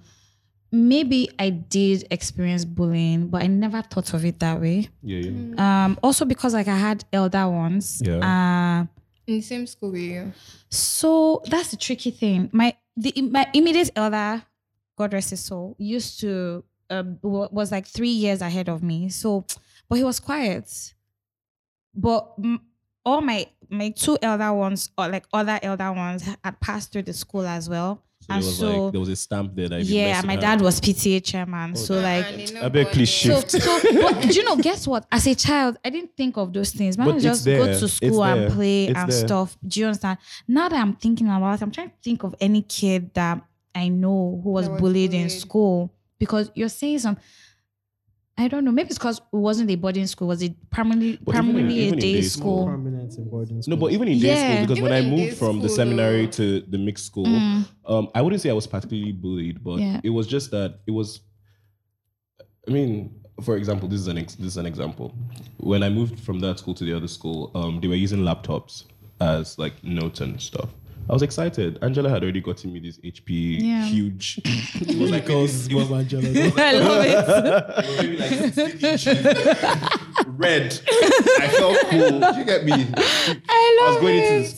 maybe I did experience bullying, but I never thought of it that way.
Yeah, yeah.
Um, also because like I had elder ones. Uh,
in the same school with you.
so that's the tricky thing. My the my immediate elder, God rest his soul, used to um, wa- was like three years ahead of me. So, but he was quiet. But mm, all my my two elder ones or like other elder ones had passed through the school as well,
Ah,
So there
and
was
so
like there was a stamp there that
yeah, my dad was PTA chairman. so like.
And Uh-uh, they know
I beg
about
please
it.
So,
shift.
so but do you know, guess what? As a child, I didn't think of those things. Man,
But
would
it's
just
there.
go to
It's
school
there.
and play
It's
and
there.
stuff. Do you understand? Now that I'm thinking about it, I'm trying to think of any kid that I know who was,
That was
bullied, in
bullied.
school because you're saying some. I don't know. Maybe it's because it wasn't a boarding school. Was it primarily
But even in-
primarily a
even in
day
day
school?
school.
Prominent in boarding
No,
school.
but even in day
Yeah.
school, because when I
Even in day
moved from the
school,
seminary
though.
to the mixed school,
Mm.
um, I wouldn't say I was particularly bullied, but
Yeah.
it was just that it was. I mean, for example, this is an ex- this is an example. When I moved from that school to the other school, um, they were using laptops as like notes and stuff. I was excited. Angela had already gotten me this HP
Yeah.
huge. it was like
Because
it was
Bob and Angela.
I love it.
maybe like 16 inches. red. I felt cool. Do you get me? I
I
was
love
going
it.
into the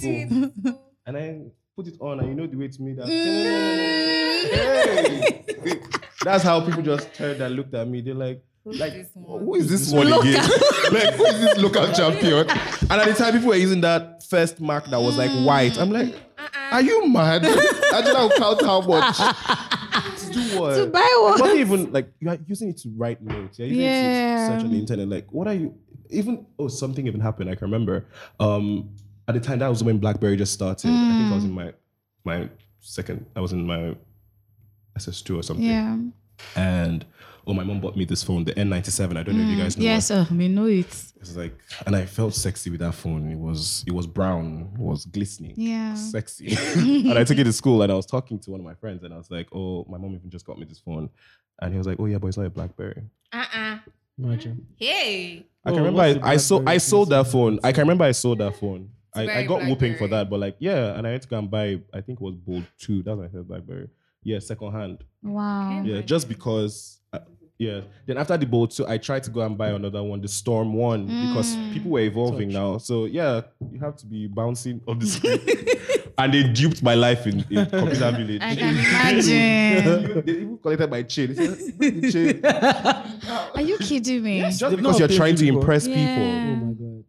school and I put it on, and you know the way to me that.
Mm.
Hey! That's how people just turned and looked at me. They're like, like,
this one?
who is this one
Local.
again? like, who is this local champion? And at the time, people were using that first mark that was like white. I'm
Mm.
like,
Uh-uh.
are you mad? I don't know count how much. to do what?
To buy one.
Not even like you are using it to write notes. You're using
Yeah.
it to search on the internet. Like, what are you? Even oh, something even happened. I can remember. Um, at the time, that was when BlackBerry just started. I think I was in
Mm.
my my second. I was in my SS2 or something.
Yeah.
And oh, my mom bought me this phone, the N97. I don't know if you guys know.
Yes, oh, we know it.
It. It's like, and I felt sexy with that phone. It was it was brown. It was glistening
Mm.
Yeah.
sexy. and I took it to school and I was talking to one of my friends and I was like, oh, my mom even just got me this phone. And he was like, oh yeah, but it's not a Blackberry.
Uh-uh.
Imagine.
Hey.
I
Oh,
can remember
what's the
I, I sold I
Blackberry?
sold that phone. I can remember I sold that phone. I, I
very
got whooping for
Blackberry.
that, but like, yeah, and I had to go and buy, I think it was Bold 2. That's my first Blackberry. Yeah, second hand.
Wow.
Yeah, just because. uh, yeah. Then after the Bold 2, I tried to go and buy another one, the Storm 1, because
Mm.
people were evolving
Touch.
now. So yeah, you have to be bouncing on the screen. and they duped my life in, in Computer Village.
I can imagine.
Even- they even collected my chain. They said, "Where's the chain?"
Are you kidding me?
Just
They've
because
not
you're
paid
trying to
you before.
impress people.
Yeah.
Oh my god.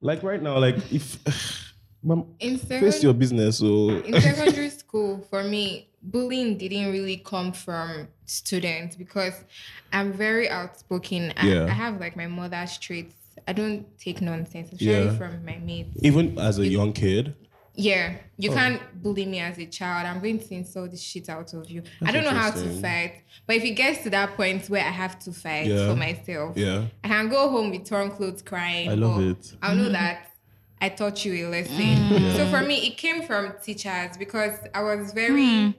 Like right now, like if Ma'am,
In
face
second,
your business, so
in secondary school, for me, bullying didn't really come from students because I'm very outspoken. I,
Yeah.
I have like my mother's traits. I don't take nonsense, especially
Yeah.
from my mates.
even as a young kid,
Yeah, you
Oh.
can't bully me as a child. I'm going to insult the shit out of you. I don't know how to
interesting.
fight, but if it gets to that point where I have to fight
Yeah.
for myself,
yeah.
I can go home with torn clothes crying.
I love
but
it.
I know that I taught you a lesson. So for me, it came from teachers because I was very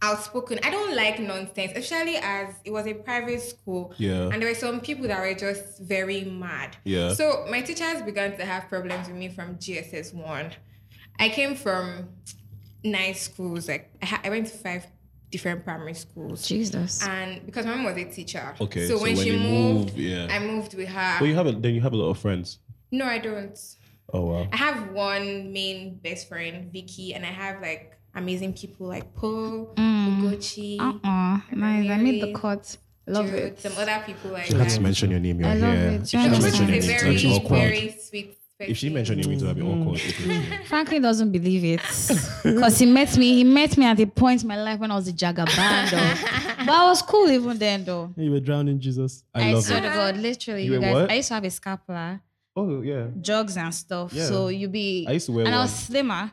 outspoken. I don't like nonsense, especially as it was a private school.
Yeah.
And there were some people that were just very mad.
Yeah.
So my teachers began to have problems with me from GSS one. I came from nice schools. Like I, ha- I went to five different primary schools.
Jesus.
And because my mom was a teacher.
Okay.
So, when, she
you
moved,
move, yeah.
I moved with her.
well, you have a, then you have a lot of friends.
no, I don't.
Oh wow.
I have one main best friend, Vicky, and I have like amazing people like Paul,
Mm.
Ugochi,
Uh-uh. Nice. I made the cut. Love
Jude,
it.
some other people like
You have to
that.
mention your name. You're
I love
here.
it.
If
Yeah,
you
Just
She's
mention
a
your name,
very,
it's gonna be awkward.
very sweet
If she
person.
mentioned your name, it's gonna be awkward.
Franklin doesn't believe it because he met me. He met me at a point in my life when I was a jagaband, though. but I was cool even then, though.
You were drowning Jesus.
I love
swear
it.
to God, literally,
You
you,
were
guys.
what?
I used to have a scapular,
Oh yeah.
jogs and stuff.
Yeah.
So you be,
I used to wear
and I
one.
was slimmer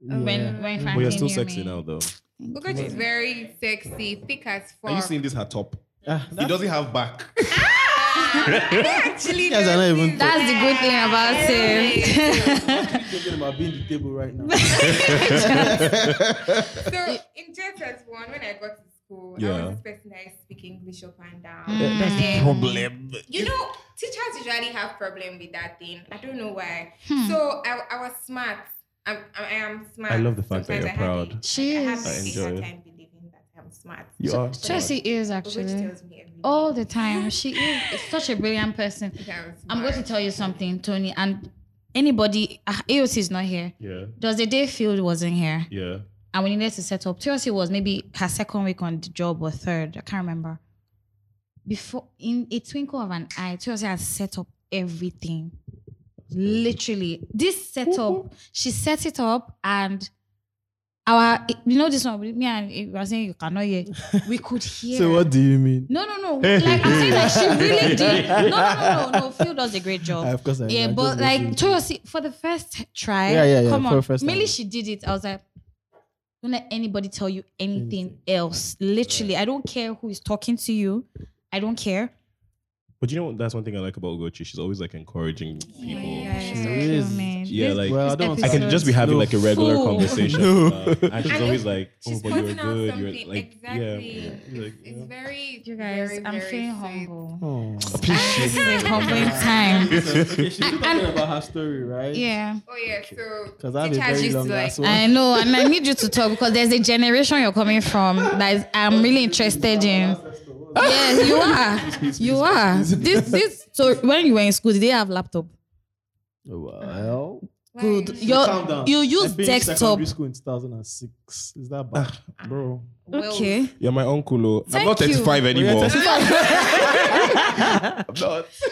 Yeah.
when when Franklin
But you're still
knew
sexy
me.
now, though.
Ugochi is very sexy, thick as fuck.
Are you seeing this her top?
Ah,
He doesn't have back.
I actually
Guys are not even-
noticed
That's the good
that.
thing about it.
thinking about being the table right now.
so in JSS one, when I got to school, I
Yeah.
was this person that I speak English up and down.
That's
And then-
Problem.
you know teachers usually have problem with that thing i don't know why
Hmm.
so i, I was smart I'm, I I am smart
I love the fact that
Sometimes
you're
I have
proud.
a-
She
i
is.
have
I
a
enjoy
hard
it.
time believing that i'm smart
You are.
Chelsea is
which
actually
tells me everything
all the time. She is such a brilliant person. I'm going to tell you something, Tony, and anybody. ah, AOC is not here.
Yeah.
Does the day field wasn't here?
Yeah.
and we needed to set up. TLC was maybe her second week on the job or third. I can't remember. Before, in a twinkle of an eye, TLC has set up everything. Literally, this
Mm-hmm.
setup, she set it up, and our, you know, this one, me and you were saying you cannot hear. We could hear.
So what do you mean?
No, no, no. Like I'm saying, like she really did. No, no, no, no. no. Phil does a great job.
Ah, of course I
Yeah,
I
but
just
like
mentioned-
Toyosi for the first try.
Yeah, yeah, yeah,
Come
for
on,
the first time.
Mainly she did it. I was like, don't let anybody tell you anything else. Literally, I don't care who is talking to you. I don't care.
But you know what? That's one thing I like about Ugochi. She's always like encouraging people.
Yeah,
She is.
Yeah, like
Well, I
this
don't
I can just be having
No.
like a regular
Fool.
conversation,
No.
uh, and she's
And
always
if-
like, "Oh,
She's
but
pointing
you're
out
good.
something.
You're like,
exactly.
yeah."
It's,
You're like,
it's very,
You guys,
very,
I'm
very
feeling
sweet.
humble.
Oh.
This is a humbling time.
okay, she's talking about her story, right?
Yeah,
Oh yeah, so
'Cause I have a
teachers
very
used to,
long
like,
ass one.
I know, and I need you to talk because there's a generation you're coming from that is, I'm really interested in. Yes, you are. You are. This, this. So when you were in school, did they have laptop?
Well,
why are
Good.
you-
Your-
calm down.
you
I
use
finished secondary
desktop.
school in 2006. Is that bad, bro?
Well,
Okay.
You're my uncle. oh. I'm
Thank
not 35 anymore.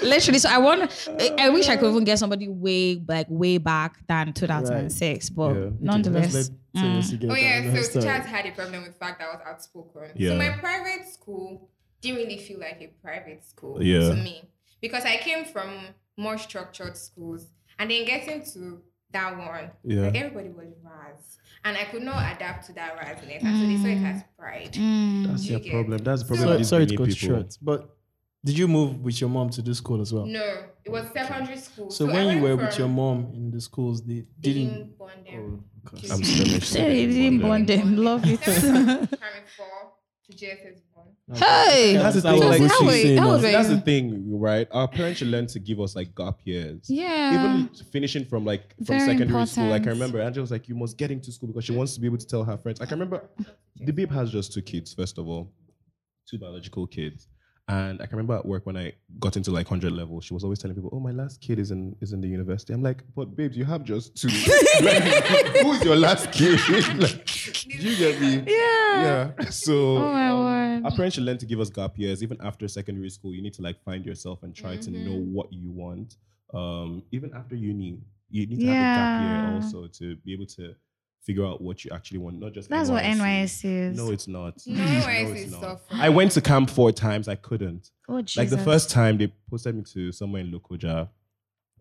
Literally, so I want. I, I wish I could even get somebody way like way back than 2006, but
Yeah.
Oh, nonetheless, mm.
Oh yeah, so teachers had a problem with the fact that I was outspoken.
Yeah.
So my private school didn't really feel like a private school
Yeah.
to me because I came from more structured schools, and then getting to that one,
Yeah.
like everybody was Raz, and I could not adapt to that Razness, and so they saw it as pride.
Mm.
You get-
That's the
So-
with
sorry,
these
sorry to
Benin
cut you
people.
short, but did you move with your mom to this school as well?
No, it was secondary school.
So,
I
when you
went
were with
from
your mom in the schools, they didn't.
being born there
Oh,
to
I'm still
Say it didn't bond them. Love it.
primary four to JSS one.
Hey!
Yeah,
That's the
that
thing,
was
like,
what
that
she's
way-
saying
that
now.
was
See, that's the
Right.
thing, right? Our parents should learn to give us like gap years.
yeah.
Even finishing from like from
Very
secondary school, like I
important.
remember Angela was like, "You must get into school because she wants to be able to tell her friends." Like I remember, the babe has just two kids. First of all, two biological kids, and I can remember at work when I got into like hundred level, she was always telling people, "Oh, my last kid is in is in the university." I'm like, "But babes, you have just two. Like, who's your last kid?" Like, do you get me?
yeah.
Yeah. So.
Oh my
um,
word.
our parents should learn to give us gap years even after secondary school you need to like find yourself and try to know
Mm-hmm.
Mhm.
what you want um even after uni you need to have a gap
Yeah.
year also to be able to figure out what you actually want not just
That's what NYS is.
no it's not
No, NYS
it's
is
not.
so fun.
i went to camp four times i couldn't
oh,
like the
Jesus.
first time they posted me to somewhere in Lokoja,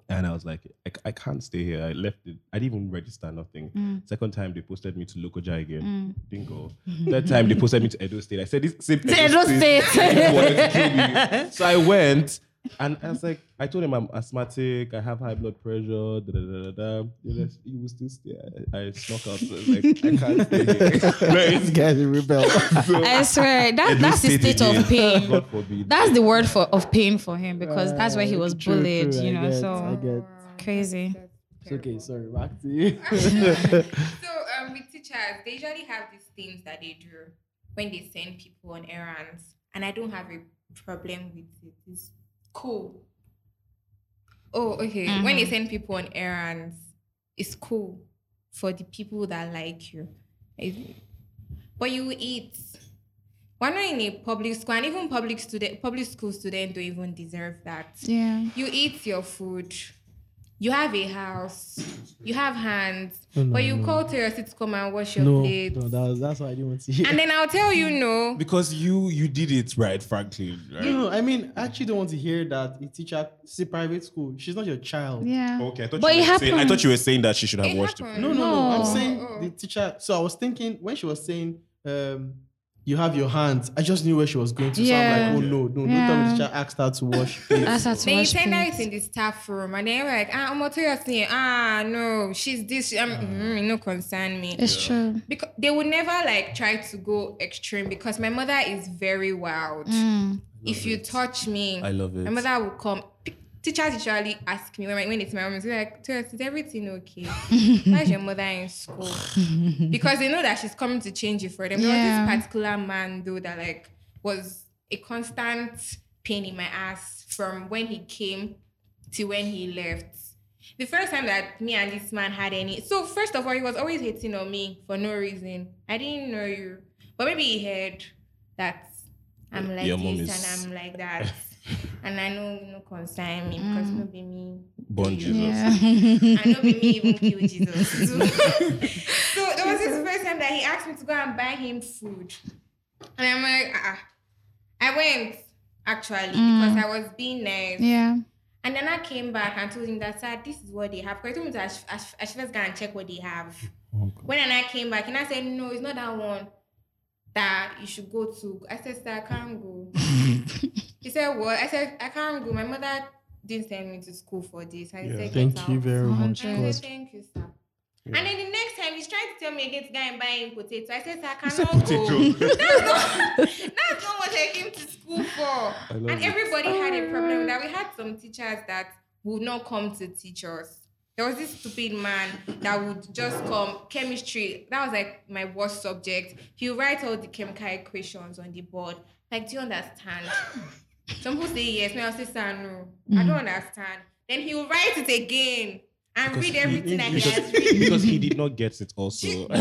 and I was like, I, I can't stay here. I left it. I didn't even register nothing.
Mm.
Second time they posted me to Lokoja again.
Mm.
Didn't go. Third time they posted me to Edo State. I said this same
Say Edo
people wanted to kill
State.
me. So I went. And I was like, I told him I'm asthmatic, I have high blood pressure, da da da da da. He was- He was still stay. I, I snuck out. So I was like, I can't stay here.
These guys are rebel.
I swear that
Edo
that's the state of
again.
pain.
God forbid.
That's the word for of pain for him because that's where he
Uh,
was
true,
bullied,
true,
you
I
know.
get,
so
I get.
Oh, Crazy.
That's
It's okay,
terrible.
sorry, back to you.
So um, with teachers, they usually have these things that they do when they send people on errands, and I don't have a problem with it. It's cool. Oh, okay. When they send people on errands, it's cool for the people that like you. It- But you eat. We're not in a public school, and even public student, public school students don't even deserve that
yeah.
you eat your food, you have a house, you have hands,
No, no,
but you
no.
call Teresi to come and wash your
no,
plates.
no, that was, that's what I didn't want to hear.
and then I'll tell you no.
because you you did it right, frankly. Right?
No, no, I mean, I actually don't want to hear that a teacher, see, private school, she's not your child.
Yeah.
Okay, I thought,
But
you
it
were saying, I
happened.
thought you were saying that she should have
It
watched
happened.
it.
No, no, no,
No.
I'm saying
Oh.
the teacher. So I was thinking when she was saying, um, you have your hands, I just knew where she was going to.
Yeah.
So I'm like, oh no, no, no
Yeah.
tell me the teacher asked her to wash. plates.
That's how to
Then you
wash
say now it's
plates.
in the staff room, and then you're like, ah, I'm Teresi. Ah, no, she's this. She, um,
Ah.
mm, no concern me.
It's true.
Because they would never like try to go extreme because my mother is very wild.
Mm.
if you touch me,
I love it.
My mother will come. P- Teachers usually ask me when, I- when it's my mom, they're like, Tess, is everything okay? Why's your mother in school? because they know that she's coming to change it for them. There
Yeah.
was this particular man, though, that like was a constant pain in my ass from when he came to when he left. The first time that me and this man had any, so first of all, he was always hating on me for no reason. I didn't know you, but maybe he heard that I'm like
Your mom
this
is-
and I'm like that, and I know you no concern me because no be me,
Born Jesus.
Yeah.
and no be me even kill Jesus. So, so it was his first time that he asked me to go and buy him food, and I'm like, ah, I went actually because I was being nice.
yeah.
And then I came back and told him that, sir, this is what they have. Because I told him that I, sh- I, sh- I should just go and check what they have.
Oh,
when and I came back, and I said, no, it's not that one that you should go to. I said, sir, I can't go. he said, what? I said, I can't go. My mother didn't send me to school for this. And
Yeah.
he said,
Thank
"Get
you
out."
very
Uh-huh.
much,
And I
God.
said, thank you, sir. And then the next time he's trying to tell me against guy and buying potato. I said, sir, I
said
cannot go.
potato.
That's not, that's not what I came to school for.
love
And
it.
everybody had a problem with that. We had some teachers that would not come to teach us. There was this stupid man that would just come, chemistry, that was like my worst subject. He would write all the chemical equations on the board. Like, do you understand? Some who say yes, me I'll say sir, no. I don't understand. Then he will write it again and
Hmm. Because
read
he-
everything that he
because,
has written.
because he did not get it also.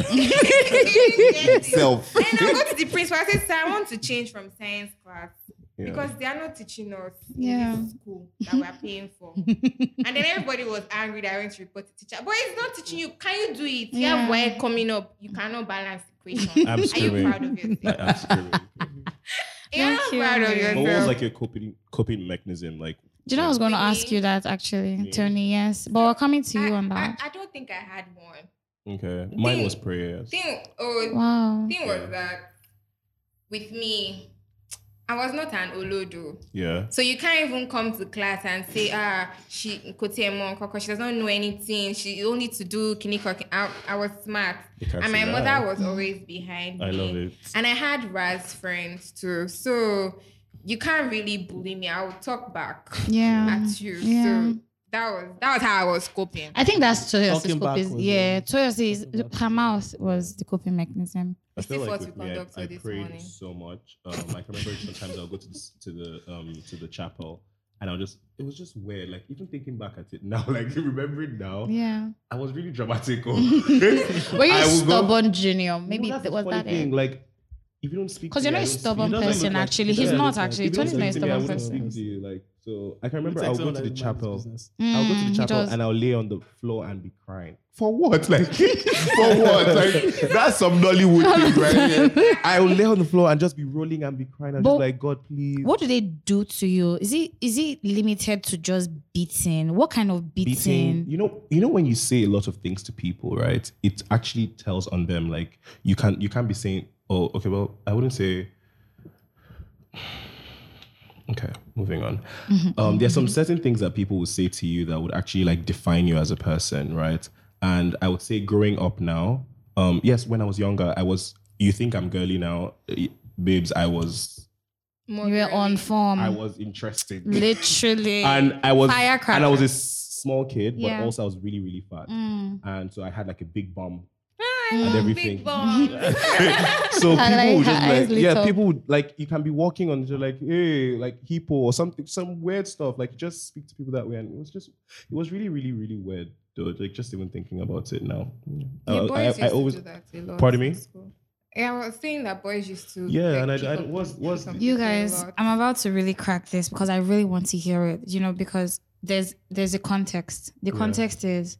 Himself.
Self.
Then I go to the principal. I say, sir, I want to change from science class
Yeah.
because they are not teaching us
Yeah.
in this school that we are paying for. and then everybody was angry that I went to report the teacher. But it's not teaching you. Can you do it? You
Yeah.
have work coming up. You cannot balance the equation.
I'm
Are you
screaming.
proud of yourself?
I- I'm screaming.
You're not
Thank you.
proud of
But
yourself.
what was like your coping coping mechanism? Like
Do you know I was going to
Me?
ask you that actually,
Me?
Tony? Yes, but we're coming to
I,
you on
I-
that.
I don't think I had one.
okay, mine
Thing-
was prayers.
Thing, oh,
wow.
thing
Yeah.
was that with me, I was not an Olodo.
Yeah,
So you can't even come to class and say, ah, she Nkotemo Nkoko, she doesn't know anything. She only to do kinikoki. I, I was smart.
You can't
And
say
my
that.
mother was always behind me.
I love it.
And I had Raz friends too. So you can't really bully me. I will talk back
Yeah.
at you.
Um, Yeah.
So that was that was how I was coping.
I think that's Toyosi's
Talking back
coping.
was,
Yeah,
uh,
Toyosi's
talking back
her
was-
mouth was the coping mechanism.
I
Still
feel like
fought
with
with
me, I,
conductor
I
this
prayed
morning.
so much. Um, I can remember sometimes I'll go to the, s- to the um to the chapel, and I'll just it was just weird. Like even thinking back at it now, like remembering
Oh.
now,
Yeah.
I was really dramatic. Were
Were you
you
a stubborn junior? Maybe
that's
th-
the
was
funny
that
thing.
it?
Like if you don't speak,
Because
to
you're
me,
not
I
a
don't speak-
stubborn
it doesn't look
person,
like-
actually.
it
He's
doesn't
not,
look like-
actually.
if you don't
Tony's not a
speak to me, I
stubborn
wouldn't
person.
speak to you, like so. I can remember
Looks like
I'll go
someone
to
that
the
is
chapel.
man's business.
I'll go
Mm,
to the
he
chapel
does.
and I'll lay on the floor and be crying. For what? Like for what? Like that's some Nollywood thing right there. I'll lay on the floor and just be rolling and be crying and
But
just like God please.
What do they do to you? Is it is it limited to just beating? What kind of beating?
Beating. You know, you know when you say a lot of things to people, right? It actually tells on them like you can't you can't be saying, Oh, okay, well, I wouldn't say Okay, moving on. Um, there's some certain things that people will say to you that would actually like define you as a person, right? And I would say growing up now, um, yes, when I was younger, I was you think I'm girly now, Eh, babes, I was
More
You were on form.
I was interesting.
Literally.
and I was
Firecracker.
and I was a s- small kid, but
Yeah.
also I was really, really fat.
Mm.
And so I had like a big bum.
Ah, I
And
love
everything.
big bombs.
So people
I like
would
her
just
eyes
like,
lit
yeah,
up.
people would like, you can be walking on, they like, hey, like hippo or something, some weird stuff. Like, you just speak to people that way. And it was just, it was really, really, really weird, though. Like, just even thinking about it now. Yeah.
Yeah,
Oh, I-
boys
I,
used
I
to
always,
do that a lot
Pardon
in
me?
school. Yeah, I was saying that boys used to.
Yeah,
like,
and I-
pick
I-
up-
what's-
pick
what's-
up
You
people a
guys,
lot.
I'm about to really crack this because I really want to hear it, you know, because there's there's a context. The
Yeah.
context is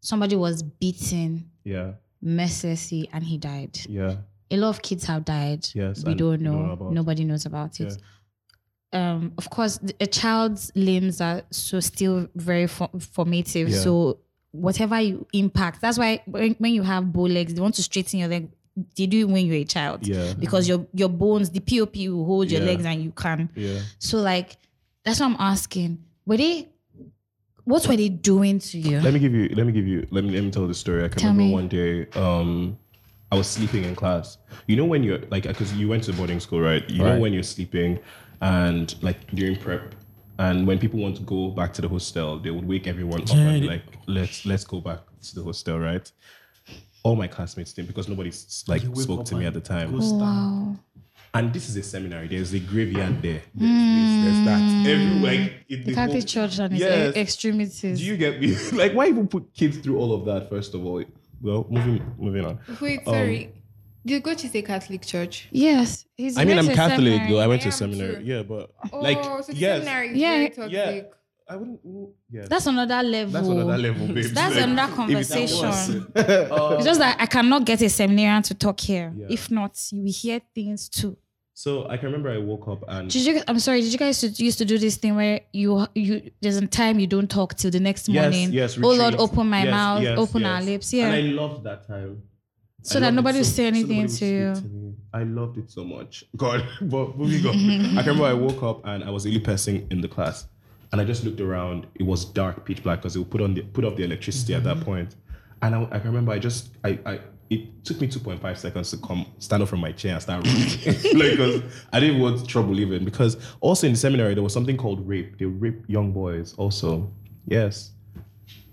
somebody was beaten
yeah,
mercilessly and he died.
yeah,
A lot of kids have died.
Yes,
we
and
don't
we don't know
know.
about it.
Nobody knows about it. Um, of course, th- a child's limbs are so still very fo- formative.
Yeah.
So whatever you impact, that's why when, when you have bow legs, they want to straighten your leg. They do it when you're a child
yeah,
because your your bones, the POP will hold your
Yeah.
legs and you can.
yeah.
So like that's what I'm asking. Were they what were they doing to you?
Let me give you. Let me give you. Let me let me tell the story. I can
Tell
remember
me.
one day. Um, I was sleeping in class. You know when you're like, because you went to boarding school, right? You know
Right.
when you're sleeping, and like during prep, and when people want to go back to the hostel, they would wake everyone up and be like, let's let's go back to the hostel, right? All my classmates did because nobody s- like
You wake
spoke
up
to me at
and
the time.
go stand.
Wow.
And this is a seminary. There's a graveyard there. There's this. There's
Mm.
that. Everywhere. Like, in
The
whole-
Catholic Church and its
Yes.
e- extremities.
do you get me? like, why even put kids through all of that? First of all, well, moving moving on.
Wait,
Um,
sorry. Did go to a Catholic church?
yes. he's-
I mean,
that's
I'm
a
Catholic
seminary.
though. I went
I
to
am
seminary.
too.
Yeah, but
Oh,
like,
so the
yes,
seminary is
Yeah,
very
yeah.
toxic.
I wouldn't. mm, Yes,
That's another level.
that's another level, babe.
That's another conversation. It's just that I cannot get a seminarian to talk here.
Oh. Yeah.
If not, you will hear things too.
so I can remember I woke up and
Did you? I'm sorry. Did you guys used to do this thing where you you there's a time you don't talk till the next
yes,
morning?
yes.
oh Lord,
retreat.
open my
Yes,
mouth,
yes,
open
yes.
our lips. Yeah.
and I loved that time.
so
I
that
loved it
nobody will
so-
say
so nobody
anything
would
to
speak
you.
me. I loved it so much. God, but moving on. I can remember I woke up and I was the only person in the class. And I just looked around. It was dark, pitch black, because they would put on the put off the electricity
Mm-hmm.
at that point. And I, I remember I just I, I it took me 2.5 seconds to come stand up from my chair and start running. like 'cause I didn't want trouble even because also in the seminary there was something called rape. They rape young boys also. Yes.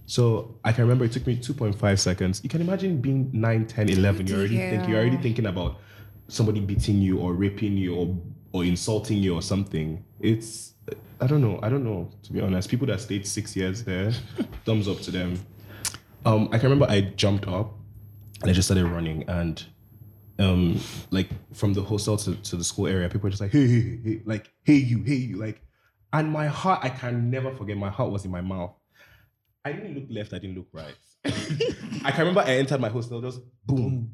So I can remember it took me 2.5 seconds. You can imagine being 9, 10, 11. You're already, think, you're already thinking about somebody beating you or raping you or, or insulting you or something. It's, I don't know. I don't know, to be honest. People that stayed six years there, thumbs up to them. Um, I can remember I jumped up and I just started running. And um, like from the hostel to, to the school area, people were just like, hey, hey, hey, hey, like, hey, you, hey, you. Like, and my heart, I can never forget, my heart was in my mouth. I didn't look left, I didn't look right. I can remember I entered my hostel, just boom,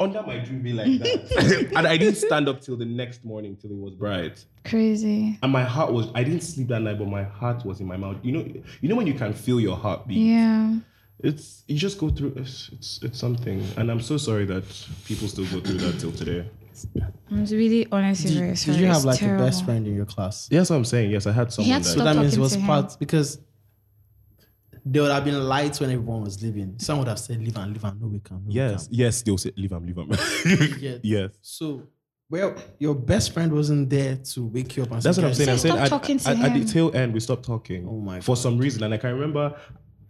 under my duvet like that. and I didn't stand up till the next morning, till it was bright.
Crazy.
And my heart was, I didn't sleep that night, but my heart was in my mouth. You know, you know when you can feel your heartbeat?
Yeah.
It's, you just go through, it's, it's, it's something. And I'm so sorry that people still go through that till today.
I'm really honestly very
Did,
sorry.
did you have
It's
like
terrible.
a best friend in your class?
Yeah, that's what I'm saying. Yes, I had someone
had
that,
Stop
So that means it
talking
was
to him.
part because there would have been lights when everyone was leaving. Some would have said, "Leave and leave and no we can." No,
yes,
we
yes, they'll say, leave him, leave him.
can." Yeah.
yes.
So, well, your best friend wasn't there to wake you up. And
That's
say,
what I'm
"Guys,
saying. I'm
Stop
saying at,
talking to
at, at the
him.
tail end, we stopped talking.
Oh my
For some reason, and I can remember.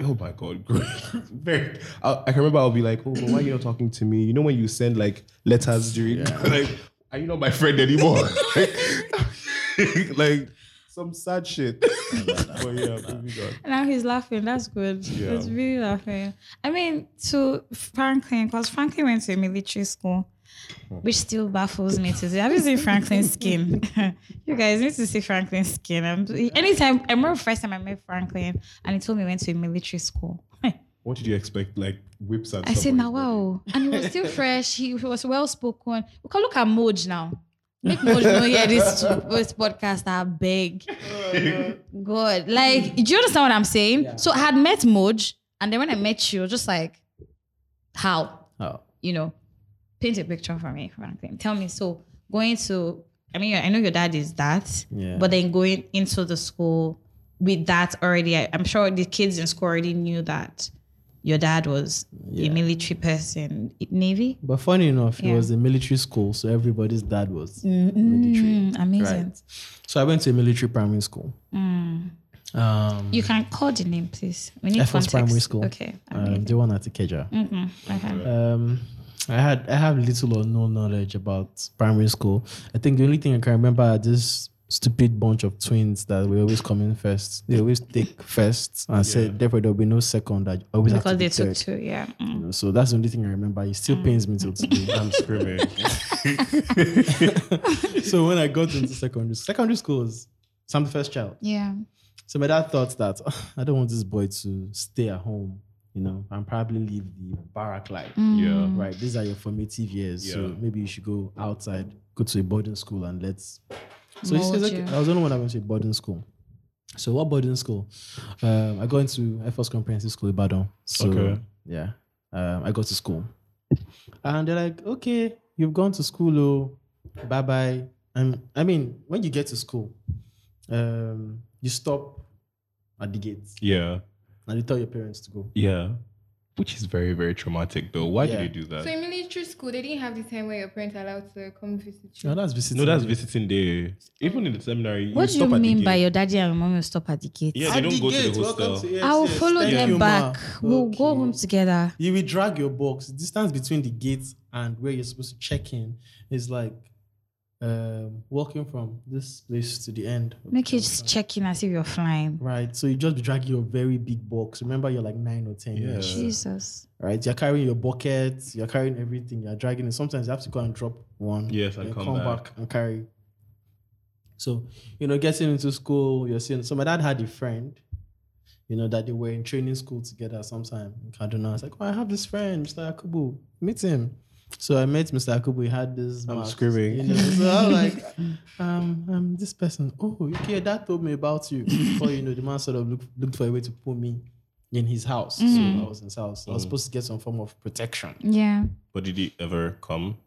Oh my god, very. I, I can remember. I'll be like, oh, but why are you not talking to me? You know when you send like letters during like, are you not my friend anymore? like some sad shit. but yeah, moving on.
Now he's laughing. That's good.
Yeah.
He's really laughing. I mean, to Franklin, because Franklin went to a military school, which still baffles me today. Have you seen Franklin's skin? you guys need to see Franklin's skin. I'm, anytime, I remember first time I met Franklin, and he told me he went to a military school.
What did you expect? Like whips and
I
stuff
said,
on
now
his body?
wow. And he was still fresh. He, was well spoken. We can look at Moj now. Make Moj no hear this, this podcast, I beg. God. Like, do you understand what I'm saying? So I had met Moj, and then when I met you, I was just like, how?
Oh.
You know, paint a picture for me, Franklin. Tell me. So going to, I mean, I know your dad is that,
Yeah.
but then going into the school with that already, I, I'm sure the kids in school already knew that your dad was a
Yeah.
military person, Navy.
But funny enough,
Yeah.
it was a military school, so everybody's dad was military.
Mm, amazing.
Right. So I went to a military primary school.
Mm.
Um,
You can call the name, please. We need
Efforts
context.
Primary School.
Okay. Mm-hmm,
um, the one at Ikeja.
okay.
Um, I had I have little or no knowledge about primary school. I think the only thing I can remember are this stupid bunch of twins that were always coming first. They always take first and say therefore there'll be no second. I always have
Because
to be
they took
third,"
two, yeah. Mm.
you know, so that's the only thing I remember. It still pains me till today.
I'm screaming.
so when I got into secondary secondary school was so I'm the first child.
Yeah.
So my dad thought that "Oh, I don't want this boy to stay at home, you know, and probably live the barrack life.
Mm.
yeah.
Right. These are your formative years.
Yeah.
So maybe you should go outside, go to a boarding school and let's so he
Mold
says, okay,
you.
I was the only one that went to a boarding school. So what boarding school? Um, I got into First Comprehensive School Ibadan. So
Okay.
yeah, um, I got to school, and they're like, okay, you've gone to school, oh, bye bye. Um, I mean, when you get to school, um, you stop at the gate
Yeah.
and you tell your parents to go.
Yeah. Which is very, very traumatic though. Why
Yeah.
did you do that?
So in military school, they didn't have the time where your parents are allowed to come visit you.
No, that's visiting.
No, that's visiting day. Even in the seminary, you
What do you
stop at the
mean
gate.
by your daddy and your mommy will stop at the gate?
Yeah, they don't go to the hostel.
I will follow them back. We'll go home together.
You will drag your box. The distance between the gate and where you're supposed to check in is like um, walking from this place to the end. of
Make
the
it just check in as if you're flying.
Right. So you just be dragging your very big box. Remember, you're like nine or ten.
Yeah.
years,
Jesus.
Right. You're carrying your buckets. You're carrying everything. You're dragging it. Sometimes you have to go and drop one.
Yes, and
and
come back.
and carry. So you know, getting into school, you're seeing. So my dad had a friend. You know that they were in training school together sometime in Kaduna. It's like, oh, I have this friend, Mr. Akubu. Meet him. So I met Mr. Akubu. He had this.
I'm
mask,
screaming.
You know, so I'm like, um, um, this person. Oh, okay. Dad told me about you. Before you know, the man sort of looked looked for a way to pull me in his house. So I was in his house. I was supposed to get some form of protection.
Yeah.
But did he ever come?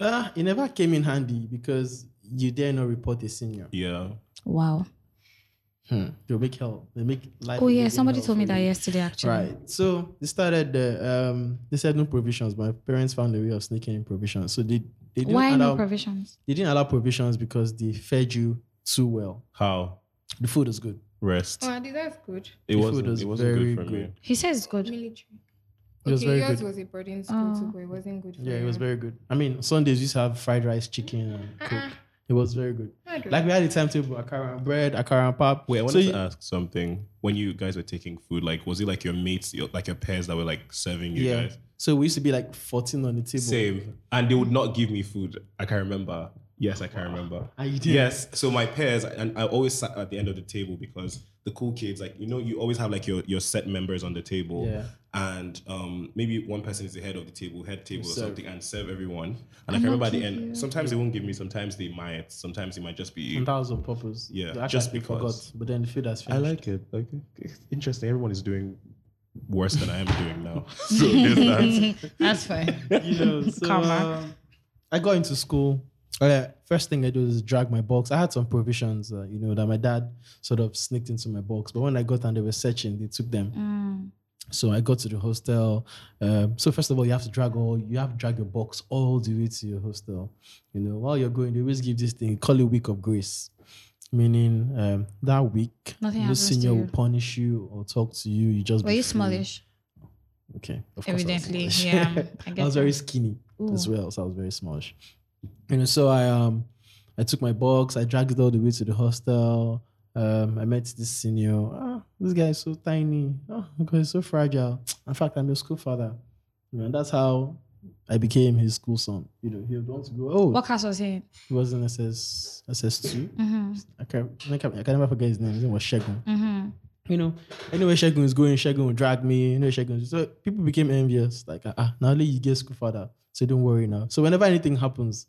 Ah, it never came in handy because you dare not report a senior.
Yeah.
Wow.
They'll make hell. Hmm. They make life.
Oh yeah,
living
somebody
hell
told me
for
that
you.
yesterday actually.
Right. So they started the um they said no provisions. My parents found a way of sneaking in provisions. So they they didn't
Why
allow
no provisions?
they didn't allow provisions because they fed you too well.
How?
The food is good.
Rest.
Oh, I think that's good.
it
the
wasn't.
food was
it wasn't
very
good for me.
good.
He says it's good.
Military.
It was
okay,
very
yours
good.
was a boarding school
Oh.
too, but it wasn't good for
Yeah, it
you.
Mm.
was very good. I mean, Sundays we used to have fried rice, chicken, and
Uh-uh.
coke. It was very good.
I
Mm.
don't
Like we had a timetable, akara and bread, akara and pap.
Wait, I
so
wanted
you-
to ask something. When you guys were taking food, like was it like your mates, your, like your peers that were like serving you
yeah.
guys?
So we used to be like 14 on the table.
Same. And they would not give me food. I can remember. Yes, I can remember.
And you did.
Yes. So my peers, and I always sat at the end of the table because the cool kids, like you know, you always have like your your set members on the table,
Yeah.
and um maybe one person is the head of the table, head table or
Serve.
something, and serve everyone. And I can remember at the end. Sometimes they won't give me. Sometimes they might. Sometimes it might just be.
And that was on purpose.
Yeah,
The act
just
like we
because.
Forgot, but then the food has finished.
it. Like it's interesting. Everyone is doing worse than I am doing now. so there's that.
That's fine.
you know, so
Karma.
um, I got into school. Uh, first thing I do is drag my box. I had some provisions, uh, you know, that my dad sort of sneaked into my box. But when I got and they were searching, they took them.
Mm.
So I got to the hostel. Um, so first of all, you have to drag all you have to drag your box all the way to your hostel. You know, while you're going, they always give this thing call it week of grace, meaning um, that week
Nothing
no
happens to
senior
you.
will punish you or talk to you. You just
Were
be
you
free.
smallish?
Okay, of course I was
Evidently,
smallish.
yeah. I
I
guess
was very skinny as
Ooh.
well, so I was very smallish. You know, so I um I took my box, I dragged it all the way to the hostel. Um, I met this senior. Ah, this guy is so tiny. Oh, God, he's so fragile. In fact, I'm your school father. You know, that's how I became his school son. You know, he would want to go. Oh,
What class was he?
he was in SS SS two.
Mm-hmm.
I can't, I can't, I can never forget his name. His name was Shegun
Mm-hmm.
you know, anyway, Shagun is going, Shagun will drag me, you know, Shagun. So people became envious, like, ah, ah, now only you get school father, so don't worry now. So whenever anything happens,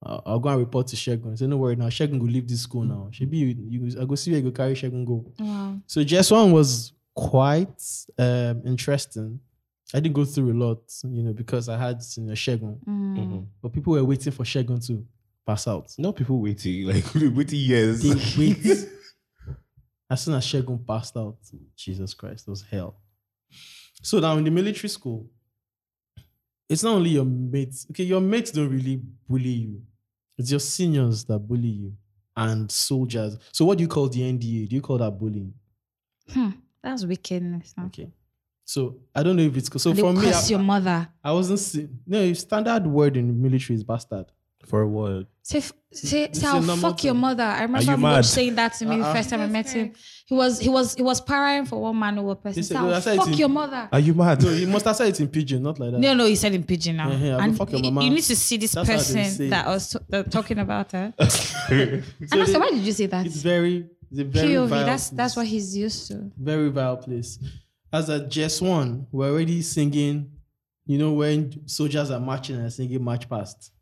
uh, I'll go and report to Shagun. So don't worry now, Shagun will leave this school now. She be, you, you, I go see you, I go carry Shagun go.
Wow.
So just one was quite um, interesting. I didn't go through a lot, you know, because I had senior Shagun,
Mm.
but people were waiting for Shagun to pass out.
No people waiting like waiting years.
They wait. as soon as Shegun passed out, Jesus Christ, it was hell. So now in the military school, it's not only your mates. Okay, your mates don't really bully you. It's your seniors that bully you and soldiers. So what do you call the NDA? Do you call that bullying?
Hmm. That's wickedness. Huh?
Okay. So I don't know if it's so
Uh-huh. They
for me.
curse your
I,
mother.
I wasn't se- no standard word in military is bastard.
For what?
Say, f- say, say
This is
I'll
a normal
fuck your
thing.
mother. I
you
remember my
mad?
coach saying that to me the
Uh-uh.
first time I
That's
met him.
right.
He was he was he was parrying for one man over person.
said-
Say,
no,
I'll
I said it
fuck
in-
your mother.
Are you mad?
No, you must have said it in pidgin, not like that.
No, no, he said in pidgin now.
Yeah, yeah, Uh-huh, I'll go
and
fuck your
y-
mama.
you need to see this
That's how they say
person
it.
that I was t- that talking about her.
So
and I said,
they-
why did you say that?
It's very, it's a very
POV.
vile
That's that's
place.
what he's used to.
very vile place. As at just one, we're already singing, you know, when soldiers are marching and singing March Past.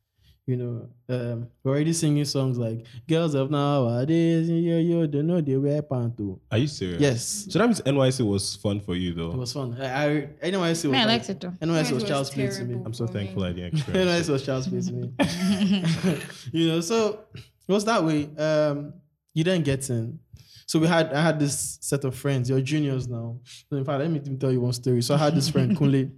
You know, um, we're already singing songs like Girls of Nowadays, yeah, you don't know they wear panto.
Are you serious?
Yes,
So that means NYC was fun for you though.
it was fun. I, I anyway, it was
Man, I
like-
liked it though.
NYC was
It was
child's play to me.
terrible.
I'm so thankful I didn't
Yeah, no,
experience.
it's
it.
was child's play to me. you know, so it was that way. Um, you didn't get in. So we had I had this set of friends, your juniors now. So in fact, let me tell you one story. So I had this friend, Kunle.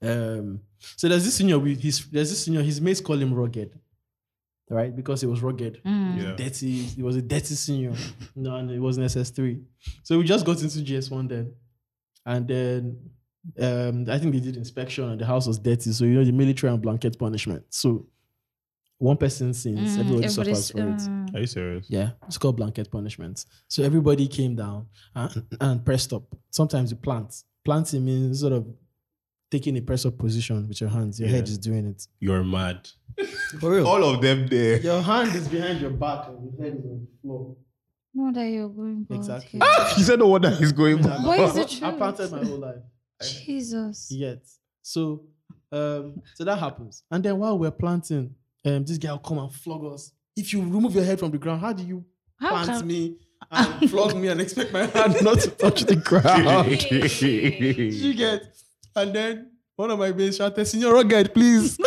Um, so there's this senior with his there's this senior, his mates call him rugged, right? Because he was rugged.
Mm.
Yeah.
Dirty, he was a dirty senior. No, and it was an SS3. So we just got into GS1 then. And then um, I think they did inspection and the house was dirty. So you know the military and blanket punishment. So one person sins,
Mm,
everybody
everybody's-
suffers for it.
mm.
Are you serious?
Yeah, it's called blanket punishment. So everybody came down and, and pressed up. Sometimes you plant. Planting means sort of taking a press up position with your hands. Your head
Yeah.
is doing it.
You're mad.
For real.
All of them there.
your hand is behind your back and your head is on the floor.
No, that you're going bald
Exactly.
here.
He said no wonder he's going.
I-
What is the
I
truth?
planted my whole life.
Jesus.
yet. So um, so that happens. And then while we're planting, um, this guy will come and flog us. If you remove your head from the ground, how do you
How
plant
can
me and flog me and expect my hand not to touch the
Hey.
ground? you
Hey.
get? And then one of my mates shouted, Senior Rugged, please. do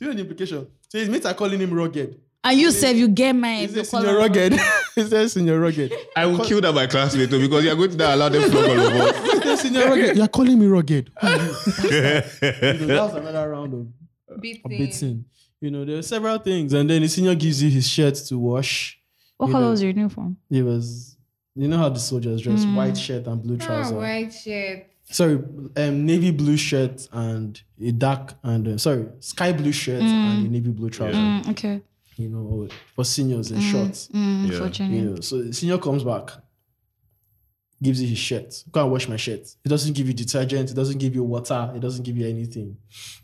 you know the implication? So his mates are calling him Rugged.
And you said you get mine.
Is
the
this
color-
senior rugged? Is this senior rugged?
I will kill that my classmate too because you're going to now allow them to flog all over. us.
Is this senior rugged? You're calling me rugged. Who are you?
yeah,
So that was another round of
Beating.
of beating. You know, there are several things, and then the senior gives you his shirt to wash.
What
You
color
know.
was your uniform?
It was, you know how the soldiers dress:
Mm.
white shirt and blue
Ah,
trousers.
white shirt.
sorry, um, navy blue shirt and a dark and uh, sorry, sky blue
Hmm.
shirt and a navy blue trouser.
Yeah.
Mm, okay.
You know, for seniors in
Mm,
shorts.
Mm,
Yeah.
For
You
training.
know, so the senior comes back, gives you his shirt. Go and wash my shirt. It doesn't give you detergent. It doesn't give you water. It doesn't give you anything.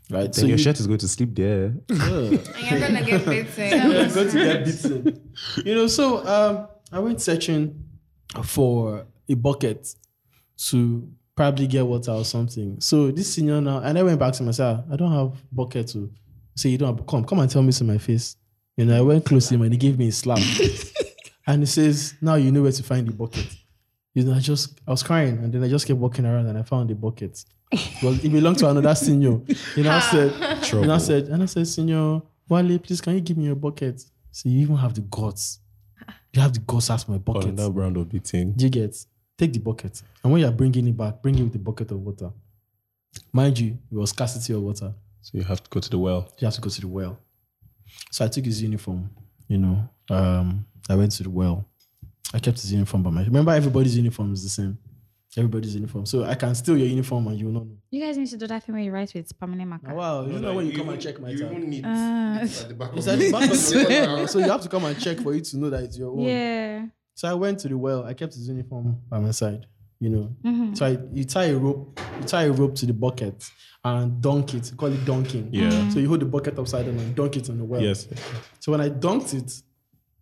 Right.
so your shirt is going to sleep there.
Yeah.
And you're gonna get
Yeah,
beaten.
I'm going to get beaten. You know, so um, I went searching for a bucket to probably get water or something. So this senior now, and I went back to myself. I don't have bucket to say you don't have, come, come and tell me this in my face. You know, I went close to him and he gave me a slap, and he says, "Now you know where to find the bucket." You know, I just I was crying, and then I just kept walking around, and I found the bucket. Well, it belonged to another senior. You know, I said, and I
Trouble.
said, and I said, Senior, Wale, please can you give me your bucket? So you even have the guts. You have the guts to ask for my bucket.
Another round of beating.
Do you get? Take the bucket. And when you're bringing it back, bring it with a bucket of water. Mind you, it was scarcity of water.
So you have to go to the well.
You have to go to the well. So I took his uniform, you know. Um, I went to the well. I kept his uniform by my remember everybody's uniform is the same. Everybody's uniform. So I can steal your uniform and you will not know.
You guys need to do that thing where you write with permanent marker.
Ah, Wow, you know when you come and check my tag.
need
Ah. it's
at the back
It's at the back of the wall. So you have to come and check for you to know that it's your own.
Yeah.
So I went to the well. I kept his uniform by my side, you know.
Mhm.
So I, you tie a rope, you tie a rope to the bucket and dunk it. Call it dunking.
Yeah.
So you hold the bucket upside down and dunk it on the well.
Yes.
So when I dunked it,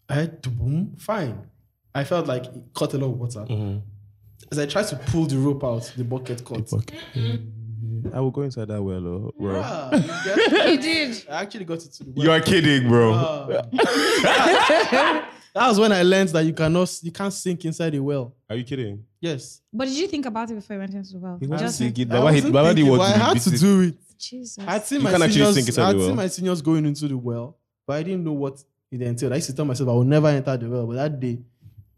I had to boom, fine. I felt like it caught a lot of water.
Mm-hmm.
As I tried to pull the rope out, the bucket caught.
I will go inside that well, oh, bro.
Ah, you get-
You did.
I actually got it to the well.
You are kidding, bro.
Ah. that was when I learned that you cannot you can't sink inside a well.
Are you kidding?
Yes.
But did you think about it before you went into the well?
He wants
Just
to
like,
get
I
Baba, he,
wasn't
Baba didn't
thinking,
want
but
to
I had
beat
to
it.
do it.
Jesus.
I'd seen
You
my
can't actually
seniors,
sink inside
I'd
the well.
seen my seniors going into the well, but I didn't know what it entailed. I used to tell myself I would never enter the well, but that day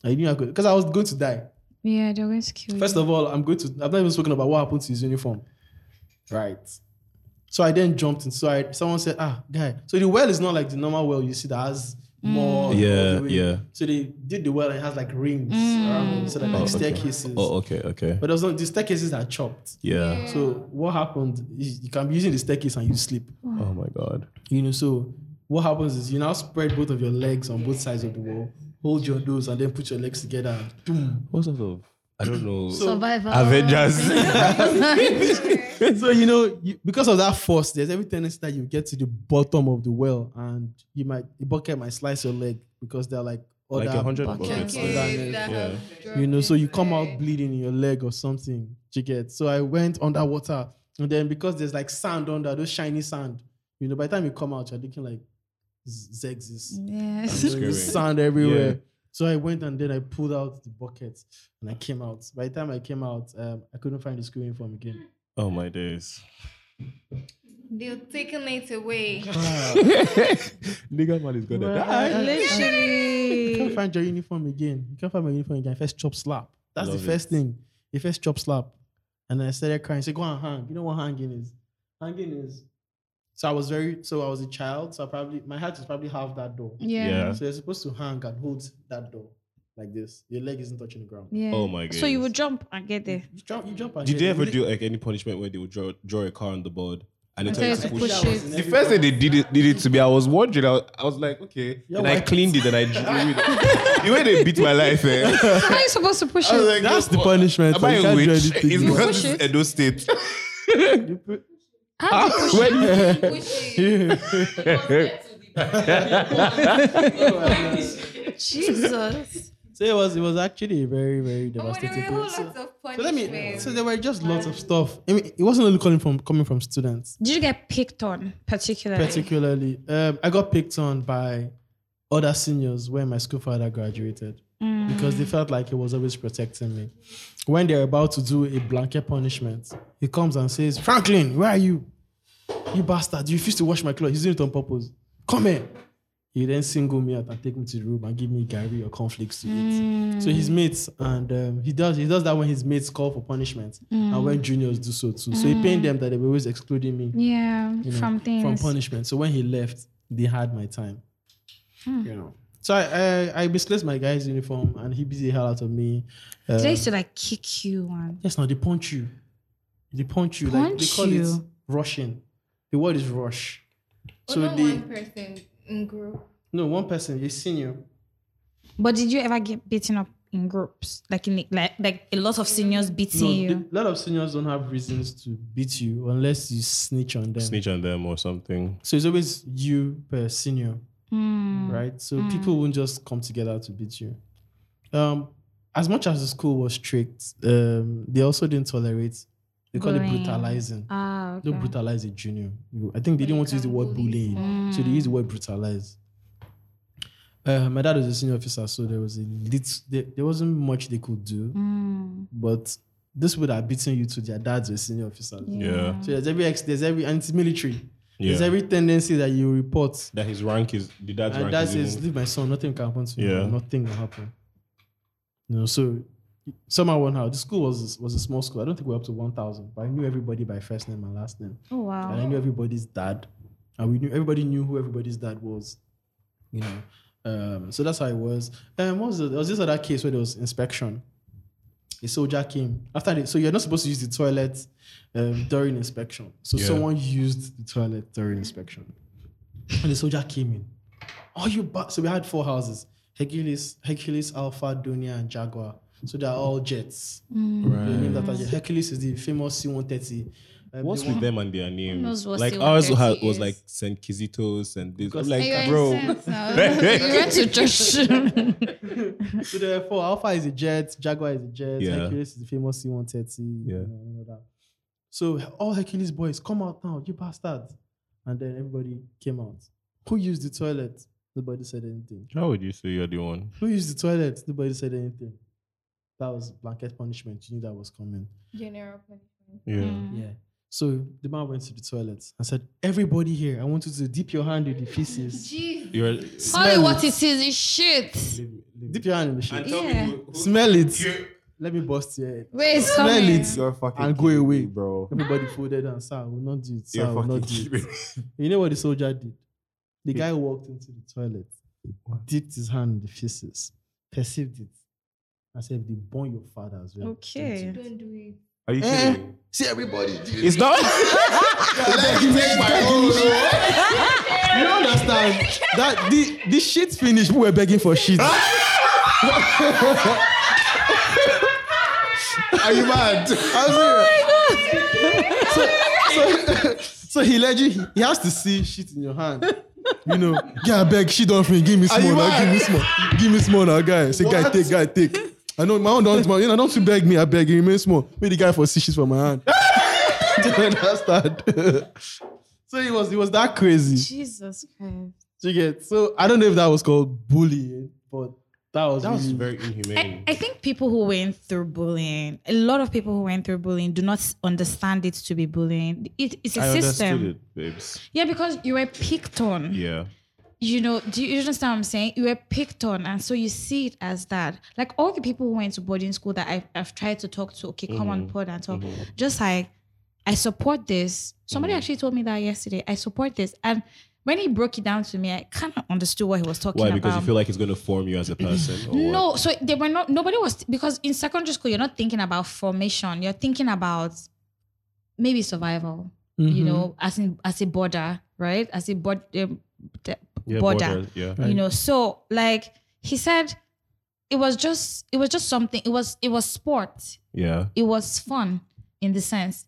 I knew I could because I was going to die.
Yeah, they're going to kill you.
First of all, I'm going to I've not even spoken about what happened to his uniform. Right. So I then jumped inside. Someone said, ah, guy. So the well is not like the normal well you see that has more.
Mm. Yeah,
all the way.
yeah.
So they did the well and it has like rings
Mm.
around it, so that
Oh,
like
okay.
staircases.
Oh, okay, okay.
But there's no the staircases are chopped.
Yeah.
So what happened is you can be using the staircase and you sleep.
Oh my God.
You know, so what happens is you now spread both of your legs on both sides of the wall, hold your nose, and then put your legs together. and Boom.
What sort of? I don't know.
So-
Survivor.
so you know, you, because of that force, there's every tendency that you get to the bottom of the well, and you might the bucket might slice your leg because they're like other
like a hundred
buckets.
buckets.
Okay.
you know, so you come out bleeding in your leg or something. You get so I went underwater, and then because there's like sand under those shiny sand, you know, by the time you come out, you're looking like z- Zexes.
yes.
There was
Screaming.
sand everywhere.
Yeah.
So I went and then I pulled out the bucket and I came out. By the time I came out, um, I couldn't find the school uniform again.
Oh my days.
They're taking it away.
Ah.
Nigga man is gonna
Well,
die.
I- I can't
Literally.
find your uniform again. You can't find my uniform again. I first chop slap. That's
Love
the
it.
first thing. The first chop slap. And I started crying. Say, go and hang. You know what hanging is? Hanging is. So I was very. So I was a child. So I probably my heart is probably half that door.
Yeah.
Yeah.
So you're supposed to hang and hold that door like this. Your leg isn't touching the ground.
Yeah.
Oh my
So you
goodness.
would jump and get there.
You jump. You jump. and
Did
get
they
it.
ever
Really-
do like any punishment where they would draw draw a car on the board and they tell you to push?
push
it?
it.
The first day they did it, did it to me, I was wondering. I was, I was like, okay.
Yeah,
and I
why?
cleaned it and I drew it. The way they beat my life, eh?
How are you supposed to push
I was
it?
like,
That's the
what?
punishment.
Am I
You
a
can't do
witch?
anything.
It's
You
because
push
this is
it.
Edo State.
How
Ah,
do you push it?
Push it.
Jesus.
so it was it was actually a very very
Oh, there
devastating.
were whole
period. So,
lots of
so let me.
punishments.
So there were just lots of stuff. I mean, it wasn't only coming from coming from students
Did you get picked on particularly?
particularly. Um, I got picked on by other seniors when my school father graduated because they felt like he was always protecting me. When they're about to do a blanket punishment, he comes and says, "Franklin, where are you? You bastard! You refuse to wash my clothes. He's doing it on purpose. Come here." He then singled me out and take me to the room and give me Gary or conflicts to eat. So his mates and um, he does he does that when his mates call for punishment and when juniors do so too. So he pained them that they were always excluding me
Yeah,
you know,
from things.
from punishment. So when he left, they had my time.
Hmm.
You know. So I, I I misplaced my guy's uniform and he beat the hell out of me. Uh,
Did they used to like kick you and
yes, now they punch you. They punch you. like they
Punch
call it
you? Oh,
rushing. The word is rush.
So
so
not
the
one person in group.
no one person a senior.
But did you ever get beaten up in groups? Like in like like a lot of seniors beating
No,
you?
the- a lot of seniors don't have reasons to beat you unless you snitch on them.
Snitch on them or something.
So it's always you per senior.
Mm.
right? So people won't just come together to beat you. Um, as much as the school was strict, um, they also didn't tolerate. They call it
Bullying.
brutalizing.
Ah, okay.
Don't brutalize a junior. You- I think they didn't want to use the word
Bully.
bullying, so
Hmm.
they used the word brutalize. Uh, my dad was a senior officer, so there was a lit- there, there wasn't much they could do.
Hmm.
But this would have beaten you to their dads were senior officers.
Yeah.
So there's every ex, there's every and it's military. There's
Yeah.
Mm. every tendency that you report
That his rank is the dad's
and
rank
that
is
says,
even-
leave my son, nothing can happen to
Yeah.
him. Nothing will happen. You know, so somehow one how the school was was a small school. I don't think we were up to one thousand, but I knew everybody by first name and last name.
Oh wow.
And I knew everybody's dad. And we knew everybody knew who everybody's dad was. You know. Um, so that's how it was. Um, what was the, there was this other case where there was inspection. A soldier came after the, so you're not supposed to use the toilet um, during inspection. So
Yeah.
someone used the toilet during inspection. And the soldier came in. Oh, you ba-. so we had four houses: Hercules, Hercules, Alpha, Dunia, and Jaguar. So they are all jets. They named after jet. Hercules is the famous C-130. Um,
What's
the
with
one-
them and their names?
knows what
Like
C130
ours ha- was
is?
like Saint Kizitos and this. I'm
Because-
like,
Hey, you're
bro,
incensed now. you went to church.
so there are four. Alpha is a jet, Jaguar is a jet,
Yeah.
Hercules is the famous C-130.
Yeah.
You know, and all that. So all Hercules boys, come out now, you bastards. And then everybody came out. Who used the toilet? Nobody said anything.
how would you say you're the one?
Who used the toilet? Nobody said anything. That was blanket punishment. You knew that was coming.
General punishment.
Yeah.
Hmm.
Yeah. Mm. So the man went to the toilet and said, Everybody here, I want you to dip your hand in the feces.
Jeez.
You're
Only what it is is shit.
Dip your hand in the shit.
tell me Yeah. who-
Smell it. Let me bust your head.
Where is
Smell
coming?
it.
You're fucking
And go
kidding
away.
me, bro.
Everybody folded and sir, will not do it. Sir,
You're
will
fucking
not do
kidding
it.
me.
You know what the soldier did? The guy walked into the toilet, dipped his hand in the feces, perceived it, and said, "They born your father as well."
Okay.
Don't do it.
Are you
Eh.
kidding? me? See everybody.
It's not.
You don't understand that the the shit finished. We were begging for shit.
Are you mad?
I'm
Oh
serious. so, so, so he led you. He has to see shit in your hand. You know, yeah, I beg, she don't finish. Give me
Are you
small now, give me
mad?
small, give me small now, guy. Say, guy,
What?
take, guy, take. I know my own don't, my, you know, don't you beg me. I beg you, remain small. Make the guy for see shit for my hand. Do you understand? so he was, he was that crazy.
Jesus Christ.
Do You get. So I don't know if that was called bullying, but that was
That was
really-
very inhumane.
I think people who went through bullying, a lot of people who went through bullying do not understand it to be bullying. It, it's a
I
system.
understood it, babes.
Yeah, because you were picked on.
Yeah.
You know, do you you understand what I'm saying? You were picked on, and so you see it as that. Like all the people who went to boarding school that I've, I've tried to talk to, okay, come
Mm-hmm.
on pod and talk. Just like, I support this. Somebody
Mm-hmm.
actually told me that yesterday. I support this. And when he broke it down to me, I kind of understood what he was talking
Why?
about.
Because you feel like it's going to form you as a person. Or what?
No, so they were not. Nobody was because in secondary school you're not thinking about formation. You're thinking about maybe survival.
Mm-hmm.
You know, as in as a border, right? As a board, um, the
Yeah,
border.
borders, yeah.
You know, so like he said, it was just it was just something. It was it was sport.
Yeah.
It was fun in the sense.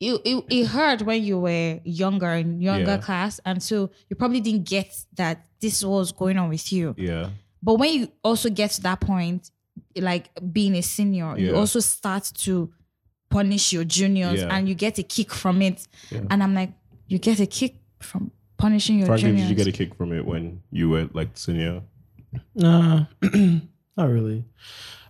It, it, it hurt when you were younger in younger
Yeah.
class, and so you probably didn't get that this was going on with you.
Yeah.
But when you also get to that point, like being a senior, you
Yeah.
also start to punish your juniors
Yeah.
and you get a kick from it.
Yeah.
And I'm like, you get a kick from punishing your
Franklin, did
juniors.
you get a kick from it when you were like senior?
Nah, not really.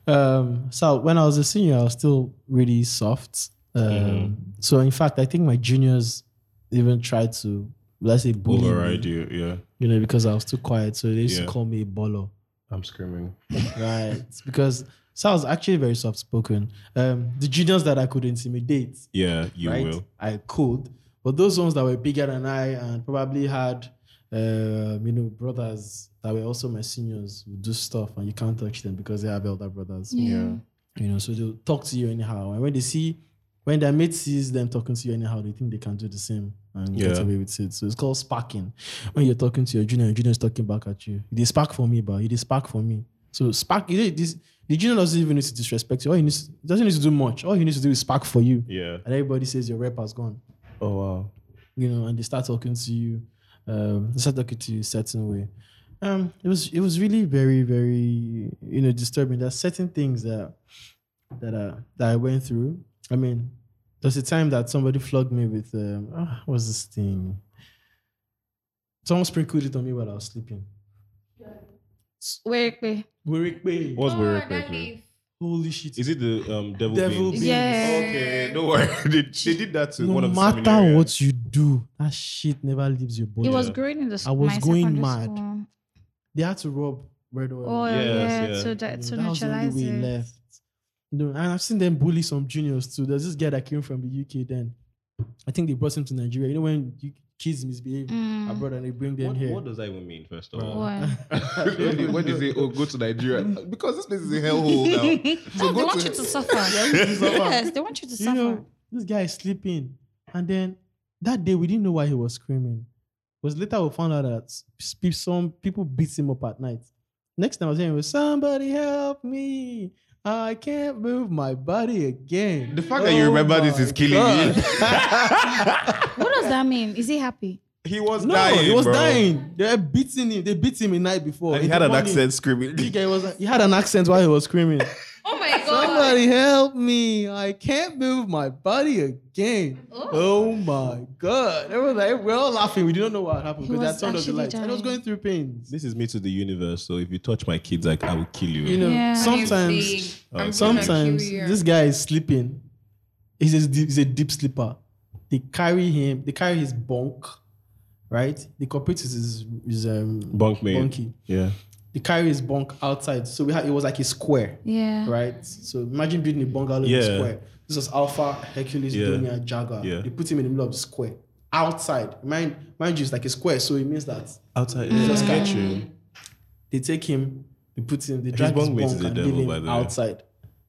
Um, so when I was a senior, I was still
Mm-hmm.
really soft. Um, So in fact, I think my juniors even tried to let's say bully me,
Override you. Yeah.
you know, because I was too quiet. So they used
Yeah.
to call me a baller.
I'm screaming.
Right. because so I was actually very soft spoken. Um, the juniors that I could intimidate,
Yeah, you
right?
will.
I could. But those ones that were bigger than I and probably had, um, you know, brothers that were also my seniors would do stuff and you can't touch them because they have elder brothers.
Yeah.
You know, so they'll talk to you anyhow. And when they see, when their mate sees them talking to you anyhow, they think they can do the same and get
Yeah.
away with it. So it's called sparking. When you're talking to your junior, your junior is talking back at you. They spark for me, but they spark for me. So spark, you know, this, the junior doesn't even need to disrespect you. All he needs, doesn't need to do much. All he needs to do is spark for you.
Yeah.
And everybody says your rep has gone
Oh wow.
you know, and they start talking to you, um, they start talking to you a certain way. Um, it was it was really very very you know disturbing. There are certain things that that I, that I went through. I mean, there's a time that somebody flogged me with um, ah, what was this thing? Someone sprinkled it on me while I was sleeping.
Wait, wait.
Wait,
What's
Oh,
Werek
that
Bean?
leaf.
Holy shit!
Is it the um devil,
Devil
bean?
beans.
Yeah.
Okay, don't worry. they, they did that to
no
one of the
matter
seminarians.
what you do, that shit never leaves your body.
It was
Yeah.
growing in the
Oh, I
school.
was going mad. they had to rub red oil.
Oh
Yes,
yeah,
yeah.
to that to
You know,
neutralize
way
it.
left. No, and I've seen them bully some juniors too. There's this guy that came from the UK then. I think they brought him to Nigeria. You know when you kids misbehave
Mm.
abroad and they bring them
What,
here.
what does that even mean, first of
Bruh.
all?
What?
when they say, oh, go to Nigeria, because this place is a hellhole now.
no, they
go
want
to-
you to suffer.
suffer.
yes, they want you to
you
suffer.
know, this guy is sleeping. And then that day we didn't know why he was screaming. It was later we found out that s- sp- some people beat him up at night. Next time I was hearing was somebody help me. I can't move my body again.
The
Oh
fact
Oh
that you remember this is
my
killing me.
What does that mean? Is he happy?
He was
No, he was dying. They were beating him. They beat him a night before.
And
In
he
the
had an
morning,
accent screaming.
this guy was- he had an accent while he was screaming.
Oh my god.
Somebody help me! I can't move my body again. Oh, my god! Everyone like we were all laughing. We didn't know what happened
He
because
was
that turned off the
actually
lights. And I was
dying.
going through pains.
This is me to the universe. So if you touch my kids, like I will kill you.
You know,
Yeah.
You
sometimes,
see, I'm gonna kill
Oh, sometimes
you.
this guy is sleeping. He's a, deep- he's a deep sleeper. They carry him. They carry his bunk, right? They compete with his, his um,
bunk mate.
bunkie.
Yeah.
the carry is bunk outside. So we had it was like a square,
Yeah.
right? So imagine building a bungalow in
Yeah.
a square. This was Alpha, Hercules,
Yeah.
Dunia, Jaguar.
Yeah.
They put him in the middle of the square. Outside. Mind mind you, it's like a square, so it means that
Outside.
Just
Yeah.
catch they take him, they put him, they
His
drag his
bunk
bunk
mate is the
and
devil,
leave
by
him
the way.
outside.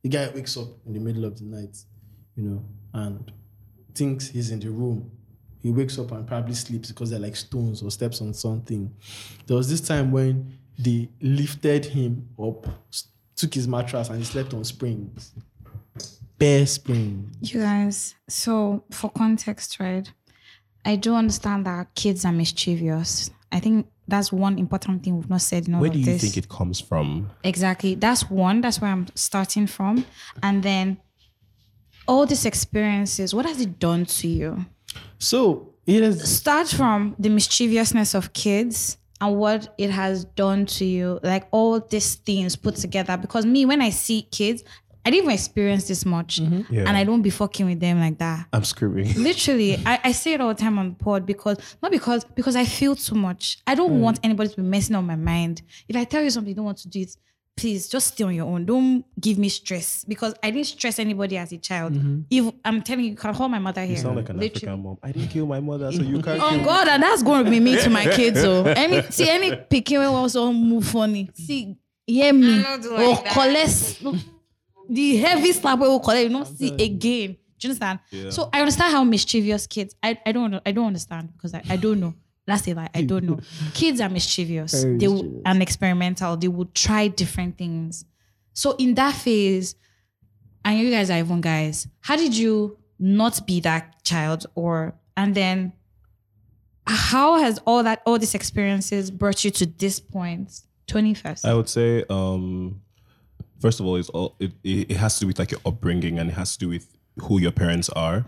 The guy wakes up in the middle of the night, you know, and thinks he's in the room. He wakes up and probably sleeps because they're like stones or steps on something. There was this time when they lifted him up, s- took his mattress, and he slept on springs. Bare springs.
You guys, so for context, right? I do understand that kids are mischievous. I think that's one important thing we've not said in all
Where
of
do you
this.
think it comes from?
Exactly. That's one. That's where I'm starting from. And then all these experiences, what has it done to you?
So it is
Start from the mischievousness of kids and what it has done to you, like all these things put together. Because me, when I see kids, I didn't even experience this much.
Yeah.
And I don't be fucking with them like that.
I'm screaming.
Literally, I, I say it all the time on the pod because not because because I feel too much. I don't want anybody to be messing on my mind. If I tell you something you don't want to do it, please just stay on your own. Don't give me stress because I didn't stress anybody as a child. If I'm telling you, you can call my mother here.
You sound like an
Literally.
African mom. I didn't kill my mother, so you can't
Oh
kill
God, and that's going to be me to my kids. So any see any pikin wey wan so move funny, see hear me
not doing
or
that.
collect the heavy slap wey we collect, you no see again. Do you understand?
Yeah.
So I understand how mischievous kids. I, I don't know. I don't understand because I, I don't know. That's it. Like, I don't know. Kids are mischievous.
Very
they
mischievous.
will and experimental. They will try different things. So in that phase, and you guys are even guys, how did you not be that child or and then how has all that all these experiences brought you to this point? 21st.
I would say, um, first of all, it's all it, it, it has to do with like your upbringing and it has to do with who your parents are.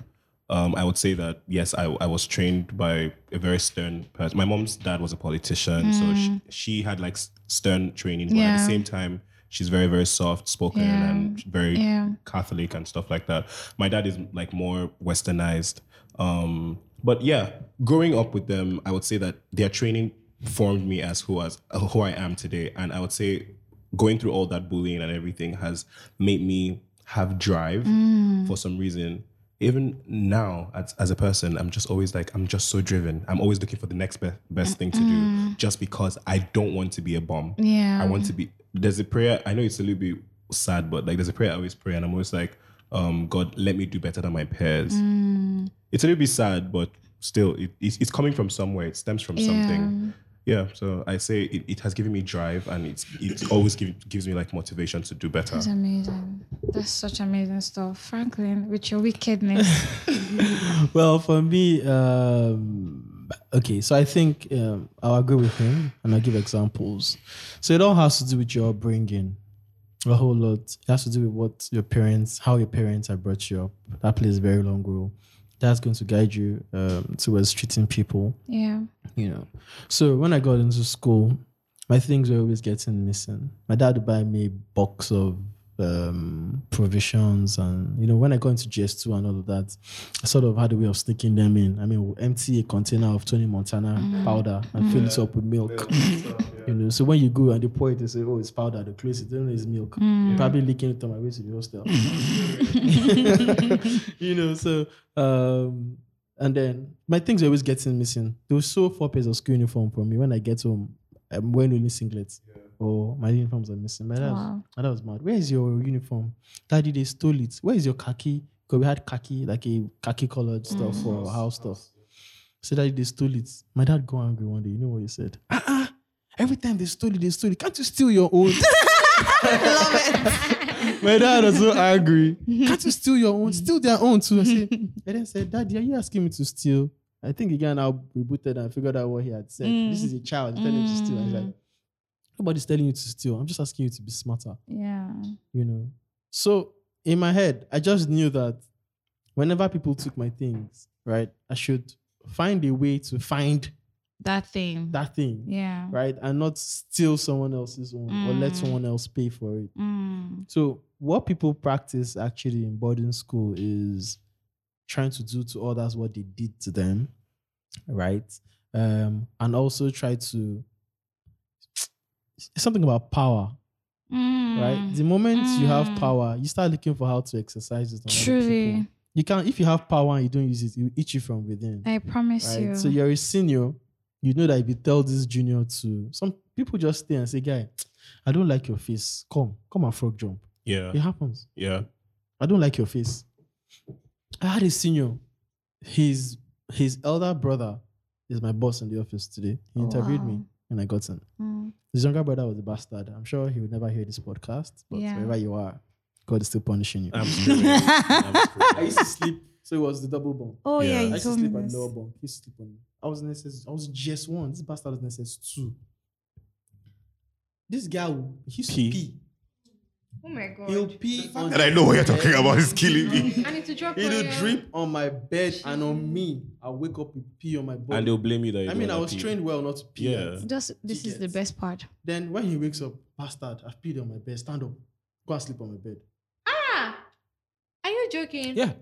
Um, I would say that yes, I, I was trained by a very stern person. My mom's dad was a politician, so she, she had like s- stern training, but
Hmm.
at
Yeah.
the same time, she's very very soft spoken
Yeah.
and very
Yeah.
Catholic and stuff like that. My dad is like more westernized. Um, But yeah, growing up with them, I would say that their training formed me as who as who I am today, and I would say going through all that bullying and everything has made me have drive for some reason. Even now, as, as a person, I'm just always like, I'm just so driven. I'm always looking for the next be- best thing to do just because I don't want to be a bum.
Yeah.
I want to be. There's a prayer. I know it's a little bit sad, but like there's a prayer I always pray, and I'm always like, um, God, let me do better than my peers. It's a little bit sad, but still, it, it's, it's coming from somewhere. It stems from something. Yeah. So I say it, it has given me drive, and it's it always give, gives me like motivation to do better.
That's amazing. That's such amazing stuff. Franklin, with your wickedness.
well, for me, um, okay, so I think um, I'll agree with him and I'll give examples. So it all has to do with your upbringing, a whole lot. It has to do with what your parents, how your parents have brought you up. That plays a very long role. That's going to guide you um, towards treating people
yeah.
you know. So when I got into school, my things were always getting missing. My dad would buy me a box of um, provisions, and you know, when I got into GS2 and all of that, I sort of had a way of sneaking them in. I mean, we'll empty a container of Tony Montana powder and fill it up with milk. You know, so when you go and they pour it, they say, "Oh, it's powder." They close it, they don't know it's milk.
Mm.
Mm.
Probably leaking it on my way to the hostel. you know, so um, and then my things were always getting missing. They will sew four pairs of school uniform for me when I get home. I'm wearing only singlets. Oh, my uniforms are missing. My dad,
Wow.
was, my dad was mad. Where is your uniform? Daddy, they stole it. Where is your khaki? Because we had khaki, like a khaki colored stuff for house stuff. So daddy, they stole it. My dad got angry one day. You know what he said? Ah, ah. Every time they stole it, they stole it. Can't you steal your own? My dad was so angry. Can't you steal your own? Steal their own too. I said, and then said, Daddy, are you asking me to steal? I think again I rebooted and figured out what he had said. This is a child. Tell him to steal. I was like, nobody's telling you to steal. I'm just asking you to be smarter
Yeah.
you know. So in my head, I just knew that whenever people took my things, right, I should find a way to find
That thing.
that thing,
yeah.
right, and not steal someone else's own or let
Mm.
someone else pay for it.
Mm.
So what people practice actually in boarding school is trying to do to others what they did to them, right? Um, and also try to it's something about power right? The moment you have
Mm.
power, you start looking for how to exercise it. on other people.
Truly.
you can not if you have power and you don't use it, it will eat you from within.
I promise
Right?
you.
So you're a senior, you know that if you tell this junior to some people just stay and say, "Guy, I don't like your face. Come, come and frog jump."
Yeah.
It happens.
Yeah.
I don't like your face. I had a senior. His his elder brother is my boss in the office today. He
Oh,
interviewed
wow.
me and I got in.
Mm.
His younger brother was a bastard. I'm sure he would never hear this podcast, but
Yeah.
wherever you are, God is still punishing you.
I'm
Um,
screwed. I'm
I
screwed.
used to sleep, so it was the double bunk.
Oh
Yeah.
yeah,
I
you
used to
told me
sleep on
this.
the lower bunk. He used to sleep on. I was in SS, I was in GS1. This bastard was in SS2. This guy, will- he used
Pee.
to pee.
Oh my
He'll
god.
pee on
And I know what you're talking about is killing me.
I need to drop
It'll
oil.
drip on my bed and on me. I wake up with pee on my body.
And they'll blame you that you
I mean,
don't
I
like
was
people.
trained well not to pee.
Yeah.
right?
Just this is the
Tickets.
best part.
Then when he wakes up, bastard, I've peed on my bed. Stand up, go and sleep on my bed.
Ah, are you joking?
Yeah.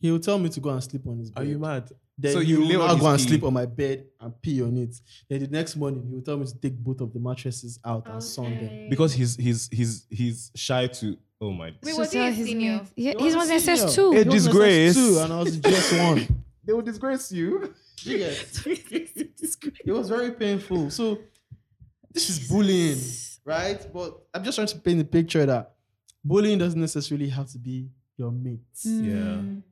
He will tell me to go and sleep on his bed.
Are you mad?
Then
So
so
you
you
lay
will
on
now
his
go and
pee.
sleep on my bed and pee on it. Then the next morning, he will tell me to take both of the mattresses out and sun them.
Okay.
Because he's he's he's he's shy to. Oh my.
Wait, was he a
his
senior?
mates- Yeah,
He
he
was
was
a
in
senior.
SS two.
It-
He was in
disgrace.
SS2 and I was in GS1.
They will disgrace you.
You get it? It was very painful. So this is bullying, right? But I'm just trying to paint the picture that bullying doesn't necessarily have to be your mates.
Yeah.
Mm.
Mm.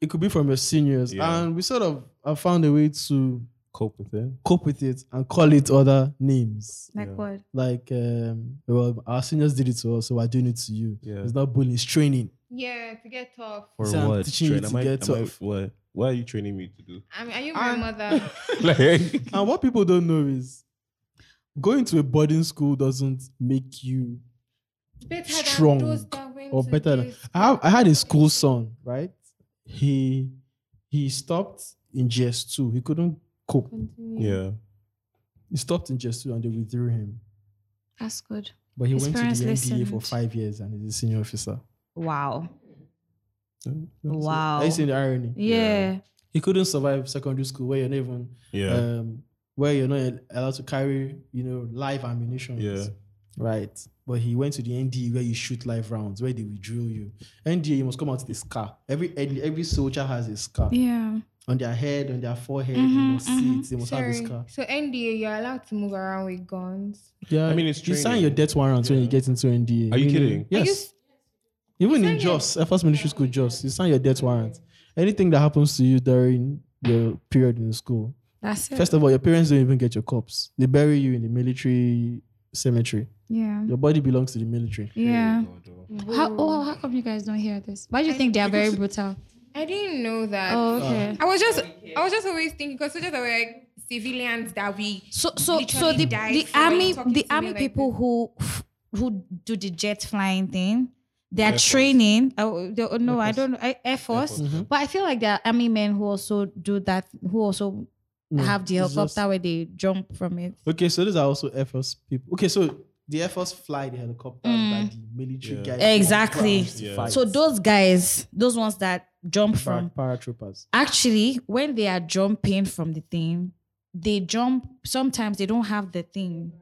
It could be from your seniors,
Yeah.
and we sort of have found a way to
Cope with it.
cope with it and call it other names.
Like what?
Like, um, well, our seniors did it to us, so we're doing it to you.
Yeah.
It's not bullying; it's training.
Yeah, to get tough.
For
So I'm
what?
teaching you
Train-
to
am I-
get
am I-
off.
What? What are you training me to do?
I mean, are you my mother?
like.
And what people don't know is going to a boarding school doesn't make you
Better
Strong
than those that went
or
to
better than-
this.
I, have, I had a school son, right? He he stopped in GS2. He couldn't cope.
Continue.
Yeah.
He stopped in GS2 and they withdrew him.
That's good.
But he
His
went to the
parents
NDA for
listened.
five years and he's a senior officer.
Wow.
Mm, that's it.
Wow.
Are you seeing the irony?
Yeah.
He couldn't survive secondary school where you're not even
Yeah.
um, where you're not allowed to carry, you know, live ammunition.
Yeah.
Right. But he went to the NDA where you shoot live rounds, where they will drill you. NDA, you must come out with a scar. Every every soldier has a scar
Yeah.
on their head, on their forehead. They
Mhm,
must see
mhm.
it. They must have a scar.
So NDA, you're allowed to move around with guns.
Yeah.
I mean, it's
you sign
training.
your death warrants when you get into NDA.
Are you
Meaning-
kidding?
Are you
Yes.
s-
Even
You
in
sign
JOS, Air Force Military School JOS, you sign your death warrant. Anything that happens to you during your period in school,
That's it.
First of all, your parents don't even get your corpse. They bury you in the military cemetery.
yeah.
Your body belongs to the military.
Yeah. How,
Whoa.
oh, how come you guys don't hear this? Why do you
I-
think they are very brutal?
I uh, didn't know that.
Oh, okay.
I was just, I was just always thinking because soldiers are like civilians that we.
So, so, so
literally
the
died
the
for
army,
talking
the
to me
army
like
people
this.
who who do the jet flying thing, they're
Force.
training. Oh, they- oh, no, I
Force.
don't. know. Air, Air Force.
Mm-hmm.
Air Force.
But I feel like there are army men who also do that, who also
No,
have the
it's just-
helicopter where they jump from it.
Okay, so these are also Air Force people. Okay, so the Air Force fly the helicopter
Mm.
that the military
Yeah.
guys
Exactly.
use to
Yeah.
fight.
So those guys, those ones that jump
Para-
from,
paratroopers.
actually, when they are jumping from the thing, they jump. Sometimes they don't have the thing,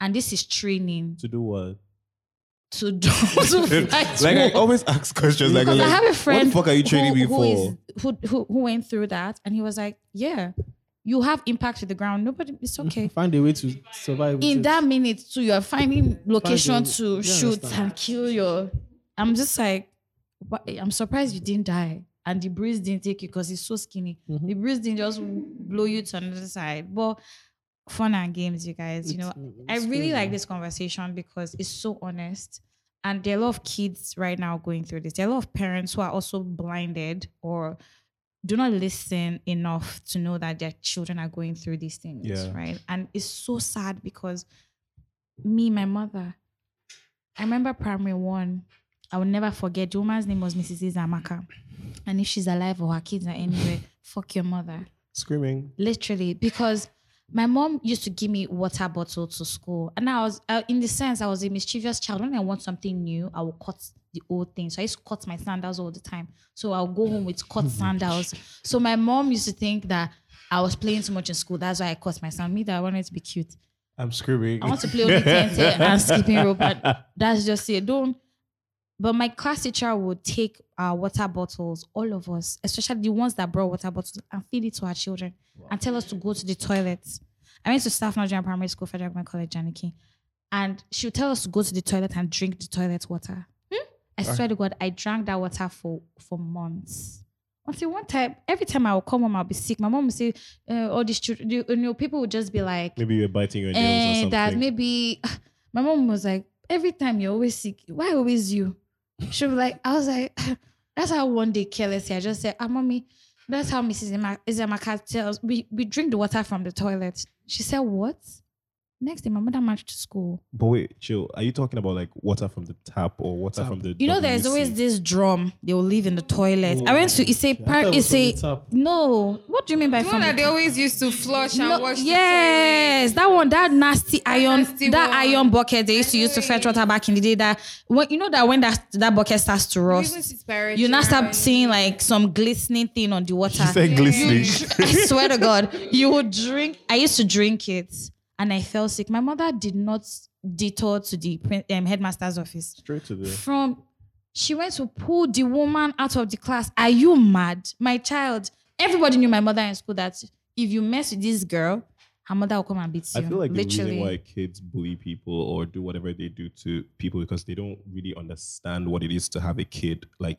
and this is training
To do what?
to jump. to fight
like I
war.
always ask questions like,
Because
like
I have a friend.
what the fuck are you training
who,
me
who is-
for?
Who, who who went through that, and he was like, "Yeah, you have impact to the ground. Nobody, it's okay."
Find a way to survive. with
In
it.
that minute, too, you are finding location
the-
to
yeah,
shoot
understand.
and kill your. I'm just like, "Wha- I'm surprised you didn't die, and the breeze didn't take you because it's so skinny.
Mhm.
The breeze didn't just blow you to another side. But fun and games, you guys. You know,
It's-
I
it's
really
crazy.
like this conversation because it's so honest. And there are a lot of kids right now going through this. There are a lot of parents who are also blinded or do not listen enough to know that their children are going through these things.
Yeah.
Right. And it's so sad because me, my mother, I remember primary one. I will never forget. The woman's name was Mrs. Izamaka. And if she's alive or her kids are anywhere, fuck your mother
Screaming.
literally because my mom used to give me water bottle to school and i was uh, in the sense i was a mischievous child when i want something new i will cut the old thing so i used to cut my sandals all the time so i'll go home with cut sandals so my mom used to think that i was playing too much in school that's why i cut my sandals me that i wanted to be cute
I'm screaming.
I want to play only TNT and skipping rope. And that's just it. Don't. But my class teacher would take our water bottles, all of us, especially the ones that brought water bottles, and feed it to our children and tell us to go to the toilets. I went to South Nigerian Primary School, Federal Government College, Janiki. And she would tell us to go to the toilet and drink the toilet water. Hmm? I swear to God, I drank that water for, for months. Until one time, every time I would come home, I'll be sick. My mom would say, uh, all these children, you know, people would just be like,
Maybe you're biting your nails or
and
something.
that Eh, maybe my mom was like, every time you're always sick, why always you? She was like, I was like, that's how one day carelessly I just said, ah, mommy, that's how Mrs. Ema- Izamaka tells we we drink the water from the toilet. She said, what? Next day, my mother marched to school.
but wait, chill. Are you talking about like water from the tap or water from the?
You know, there's always
WC?
this drum they will leave in the toilet. I went to Issei
I
Park.
thought it was from the
Issei.
top.
No, what do you mean by
The one
from the
that they always used to flush and
No,
wash. the
yes, that one, that nasty iron,
nasty
that
one.
iron bucket they used to
I
use to
know
fetch
it.
water back in the day. That when you know that when that that bucket starts to
toilet. Reasons
rust,
is very
you now
general.
start seeing like some glistening thing on the water.
She said glistening.
I swear to God, you would drink. I used to drink it, and I fell sick. My mother did not detour to the prin- um, headmaster's office
Straight to the.
from she went to pull the woman out of the class. Are you mad? My child. Everybody knew my mother in school that if you mess with this girl, her mother will come and beat
I
you.
feel like the
literally.
reason why kids bully people or do whatever they do to people because they don't really understand what it is to have a kid. Like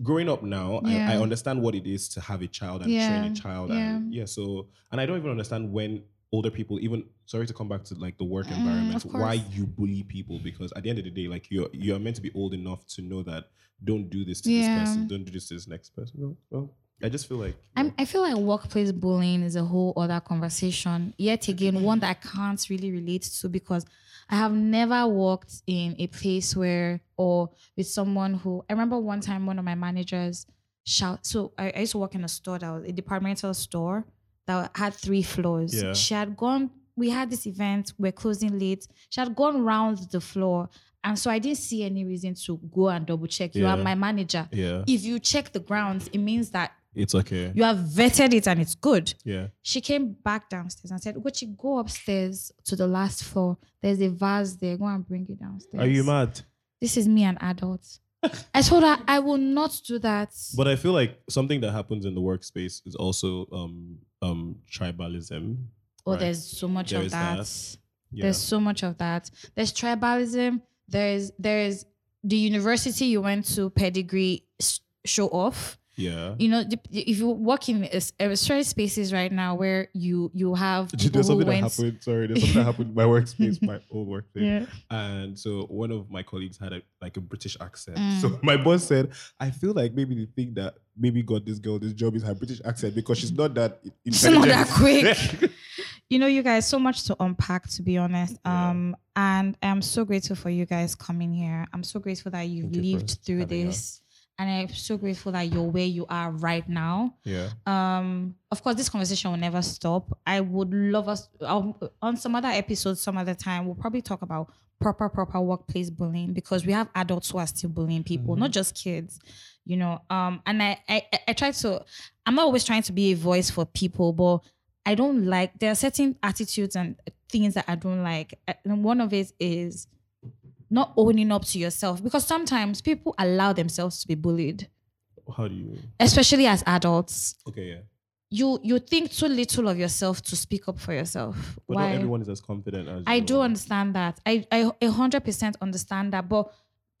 growing up now,
Yeah.
I, I understand what it is to have a child and
Yeah,
train a child. And yeah, so and I don't even understand when older people, even sorry to come back to like the work
Mm,
environment,
of course.
why you bully people because at the end of the day, like you're you're meant to be old enough to know that don't do this to
Yeah.
this person, don't do this to this next person. Well, well I just feel like
I'm, I feel like workplace bullying is a whole other conversation. Yet again, one that I can't really relate to because I have never worked in a place where or with someone who I remember one time one of my managers shout. So I, I used to work in a store that was a departmental store that had three floors.
Yeah.
She had gone. We had this event. We're closing late. She had gone round the floor, and so I didn't see any reason to go and double check. You
Yeah.
are my manager
yeah.
if you check the grounds, it means that
It's okay.
You have vetted it and it's good.
Yeah.
She came back downstairs and said, Ugochi, go upstairs to the last floor. There's a vase there. Go and bring it downstairs.
Are you mad?
This is me, an adult. I told her I will not do that.
But I feel like something that happens in the workspace is also um um tribalism.
oh,
right.
there's so much
There
of
is
that.
that. Yeah.
There's so much of that. There's tribalism. There's there's the university you went to pedigree s- show off.
yeah.
You know, the- if you work in a s- a certain spaces right now where you you have people
There's
who
something that
went.
happened. Sorry, there's something that happened in my workspace, my old workplace.
Yeah.
And so one of my colleagues had a, like a British accent.
Mm.
So my boss said, I feel like maybe the thing that maybe got this girl this job is her British accent because she's not that i-
It's not that
intelligent."
quick. you know, you guys, so much to unpack, to be honest.
Yeah.
Um, and I'm so grateful for you guys coming here. I'm so grateful that you've
Thank you for
lived through
having
this, and I'm so grateful that you're where you are right now.
yeah.
Um, of course, this conversation will never stop. I would love us um, on some other episodes, some other time. We'll probably talk about proper, proper workplace bullying because we have adults who are still bullying people, not just kids. You know, um, and I, I, I- I try to. I'm not always trying to be a voice for people, but I don't like. There are certain attitudes and things that I don't like, Uh, and one of it is not owning up to yourself because sometimes people allow themselves to be bullied,
How do you
especially as adults
Okay, yeah.
you you think too little of yourself to speak up for yourself.
But
Why?
not everyone is as confident as
I
you
do
are.
understand that. I I a hundred percent understand that, but.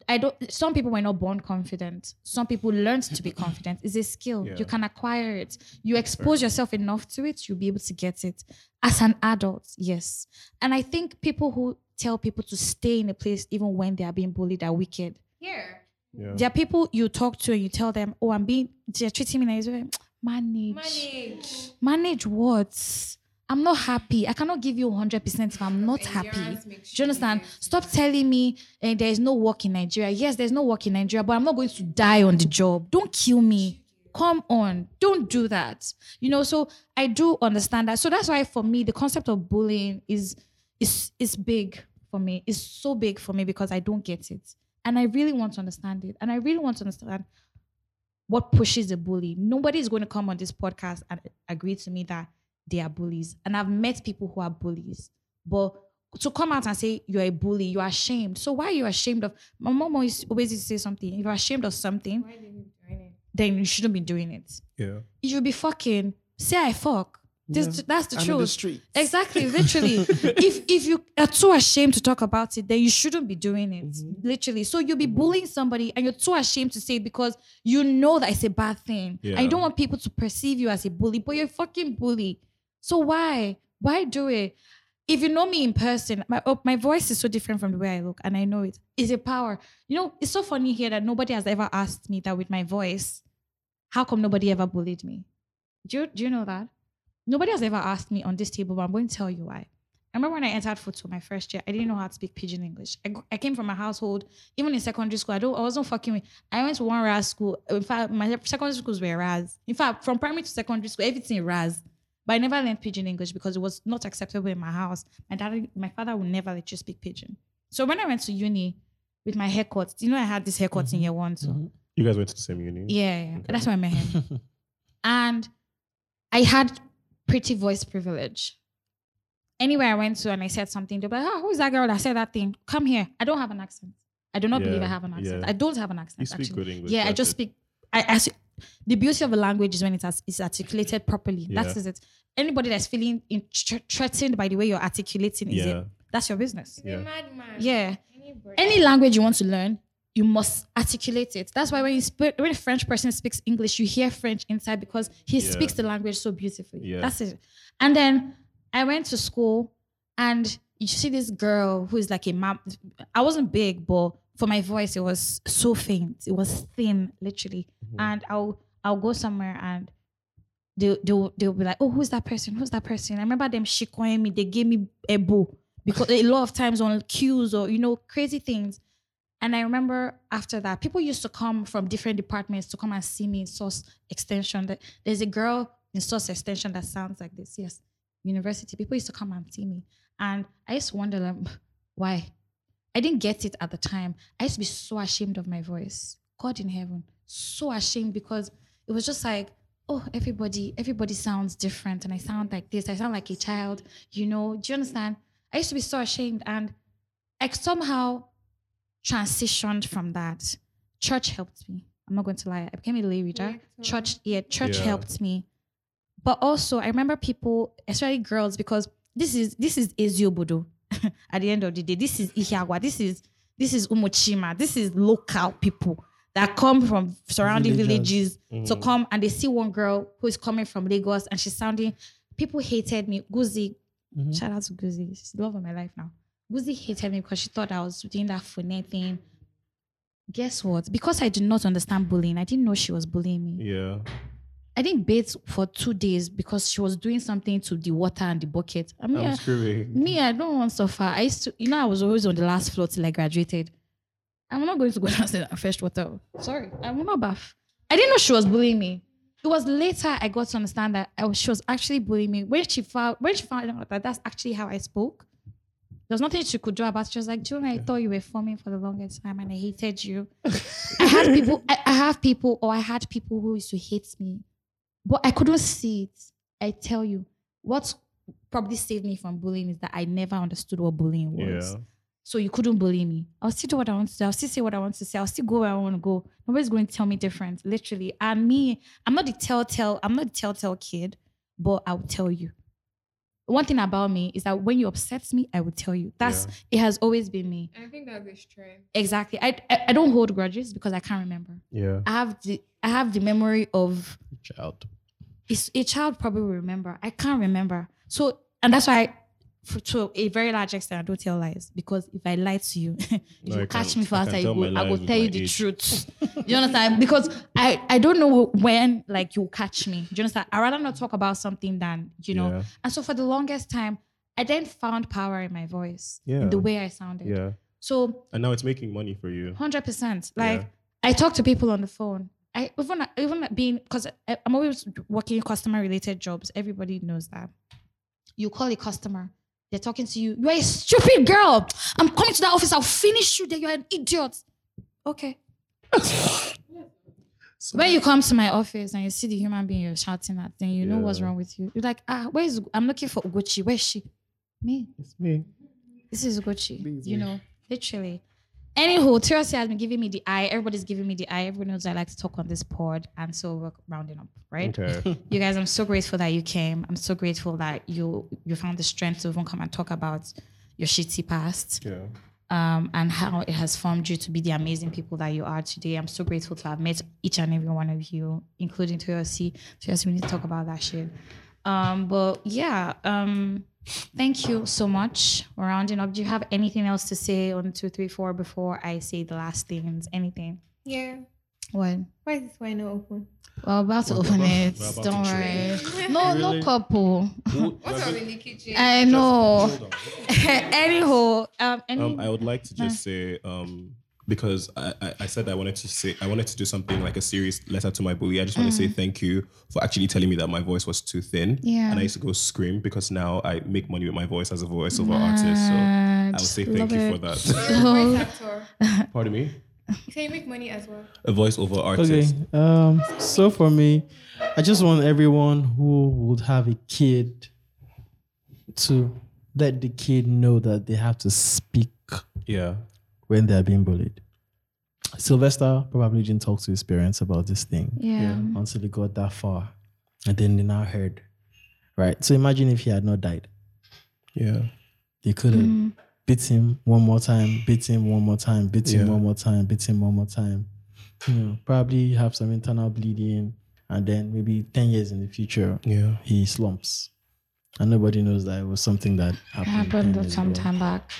I don't. Some people were not born confident. Some people learned to be confident. It's a skill.
Yeah.
You can acquire it. You expose yourself enough to it, you'll be able to get it. As an adult, yes. And I think people who tell people to stay in a place even when they are being bullied are wicked.
Yeah.
Yeah.
There are people you talk to and you tell them, "Oh, I'm being. They're treating me nice.
Manage.
manage what? I'm not happy. I cannot give you 100% if I'm not happy.
Endurance
Do
makes
you understand?
you-
Stop telling me eh, there is no work in Nigeria. Yes, there's no work in Nigeria, but I'm not going to die on the job. Don't kill me. Come on. Don't do that. You know, so I do understand that. So that's why for me, the concept of bullying is is is big for me. It's so big for me because I don't get it. And I really want to understand it. And I really want to understand what pushes the bully. Nobody is going to come on this podcast and agree to me that they are bullies. And I've met people who are bullies, but to come out and say you're a bully, you are ashamed. So why are you ashamed of? My mom always always used to say something. If you're ashamed of something,
Why did you join it?
then you shouldn't be doing it.
Yeah.
You should be fucking. Say I fuck. This, That's the
I'm in the
truth.
street.
Exactly, literally. if if you are too ashamed to talk about it, then you shouldn't be doing it. Literally. So you'll be bullying somebody and you're too ashamed to say it because you know that it's a bad thing. And
Yeah.
you don't want people to perceive you as a bully, but you're a fucking bully. So why? Why do it? If you know me in person, my oh, my voice is so different from the way I look, and I know it. It's a power. You know, it's so funny here that nobody has ever asked me that with my voice. How come nobody ever bullied me? Do you, do you know that? Nobody has ever asked me on this table, but I'm going to tell you why. I remember when I entered photo my first year, I didn't know how to speak pidgin English. I, gr- I came from a household, even in secondary school, I don't, I wasn't fucking with. I went to one Raz school. In fact, my secondary schools were Raz. In fact, from primary to secondary school, everything Raz. But I never learned pidgin English because it was not acceptable in my house. My dad, my father would never let you speak pidgin. So when I went to uni with my haircut, you know, I had this haircut in year one too.
You guys went to the same uni.
Yeah, yeah.
Okay.
that's why I met him and I had pretty voice privilege. Anywhere I went to and I said something, they'll be like, oh, who's that girl that said that thing? Come here. I don't have an accent. I do not believe I
Yeah,
have an accent.
yeah.
I don't have an accent.
You speak
actually.
good English.
Yeah, I
that's
just
it.
speak. I, I s- the beauty of a language is when it's, it's articulated properly.
Yeah.
That is it. Anybody that's feeling in, thr- threatened by the way you're articulating is
Yeah.
it. That's your business.
He's
Yeah.
a madman.
Yeah
Anybody.
any language you want to learn you must articulate it that's why when you sp- when a french person speaks english you hear french inside because he
Yeah.
speaks the language so beautifully
Yeah.
that's it and then i went to school and you see this girl who is like a mom i wasn't big but for my voice it was so faint it was thin literally
Mhm.
and i'll i'll go somewhere and they they'll, they'll be like, oh, who's that person? Who's that person? I remember them shikoing me. They gave me a boo because a lot of times on cues or you know crazy things. And I remember after that, people used to come from different departments to come and see me in source extension. That there's a girl in source extension that sounds like this. Yes, university. People used to come and see me, and I used to wonder like, why. I didn't get it at the time. I used to be so ashamed of my voice. God in heaven, so ashamed because it was just like oh, everybody, everybody sounds different, and I sound like this. I sound like a child. You know? Do you understand? I used to be so ashamed, and I somehow transitioned from that. Church helped me. I'm not going to lie. I became a lay reader.
Yeah.
Church, yeah, church
Yeah.
helped me. But also, I remember people, especially girls, because this is this is Eziobodo. At the end of the day, this is Ihiagwa. This is this is Umochima. This is local people that come from surrounding
Villagers.
villages
Mm-hmm. Mm.
to come and they see one girl who is coming from Lagos and she's sounding. People hated me. Guzi,
Mm-hmm.
Mhm.
shout out to Guzi. She's the love of my life now. Guzi hated me because she thought I was doing that funny thing. Guess what? Because I did not understand bullying, I didn't know she was bullying me.
Yeah.
I didn't bathe for two days because she was doing something to the water and the bucket. I mean, I-
I'm screaming.
me, I don't want to suffer. I used to, you know, I was always on the last floor till I graduated. I'm not going to go downstairs and fetch water. Sorry, I will not bath. I didn't know she was bullying me. It was later I got to understand that I was, she was actually bullying me. When she found when she found out that that's actually how I spoke, there was nothing she could do about. it. She was like, "June, I thought you were forming for the longest time, and I hated you." I had people, I, I have people, or I had people who used to hate me, but I couldn't see it. I tell you, what probably saved me from bullying is that I never understood what bullying was.
Yeah.
So you couldn't bully me. I'll still do what I want to do. I'll still say what I want to say. I'll still go where I want to go. Nobody's going to tell me different, literally. And me, I'm not the telltale, I'm not the telltale kid, but I'll tell you. One thing about me is that when you upset me, I will tell you. That's it has always been me.
I think that's a strength.
Exactly. I, I I don't hold grudges because I can't remember.
Yeah.
I have the I have the memory of
Child.
it's, a child probably will remember. I can't remember. So, and that's why, I, for, to a very large extent, I don't tell lies because if I lie to you, you
No, I
catch
can-
me for
I
after
can
you
tell
go.
my
I will
lies with
tell you
my
the
age.
truth. you understand? Because I I don't know when like you'll catch me. Do you understand? I rather not talk about something than you know.
Yeah.
And so for the longest time, I then found power in my voice, in
Yeah.
the way I sounded.
Yeah.
So
And now it's making money for you.
Hundred percent. Like
Yeah.
I talk to people on the phone. I even even being because I'm always working customer related jobs. Everybody knows that. You call a customer, they're talking to you. You're a stupid girl. I'm coming to that office. I'll finish you. There, you're an idiot. Okay. when you come to my office and you see the human being you're shouting at, then you know what's
Yeah.
wrong with you. You're like, ah, where is? I'm looking for Ugochi. Where's she? Me
It's me.
this is Gucci.
Please,
you
me.
know, literally. Anywho, TLC has been giving me the eye. Everybody's giving me the eye. Everyone knows I like to talk on this pod. And so we're rounding up, right?
Okay.
You guys, I'm so grateful that you came. I'm so grateful that you you found the strength to even come and talk about your shitty past
yeah.
um, and how it has formed you to be the amazing people that you are today. I'm so grateful to have met each and every one of you, including Toyosi. Toyosi, we need to talk about that shit. Um, but yeah, um, thank you so much. We're rounding up. Do you have anything else to say on two, three, four before I say the last things? Anything?
Yeah.
What?
Why is this wine not open?
We're about to
We're
open
about-
it.
we're about
Don't
to
worry.
drink.
No,
Really?
no couple.
What was in the kitchen?
I know. Anyhow, um, any,
Um, I would like to just say, um, because I, I, I said I wanted to say I wanted to do something like a serious letter to my bully. I just want to say thank you for actually telling me that my voice was too thin.
Mm. Yeah.
And I used to go scream because now I make money with my voice as a voiceover artist. So I
Mad.
would say thank
Love
you for
it.
that.
You're a voice actor.
Pardon me.
Can you make money as well?
A voiceover
Okay.
artist.
Um, so for me, I just want everyone who would have a kid to let the kid know that they have to speak
Yeah.
when they are being bullied. Sylvester probably didn't talk to his parents about this thing
yeah.
until he got that far. And then they now heard. Right. So imagine if he had not died.
Yeah.
They could have
Mm.
beat him one more time, beat him one more time, beat him
Yeah.
one more time, beat him one more time. You know, probably have some internal bleeding, and then maybe ten years in the future,
Yeah.
he slumps, and nobody knows that it was something that happened. 10
happened
years
some
ago.
time back.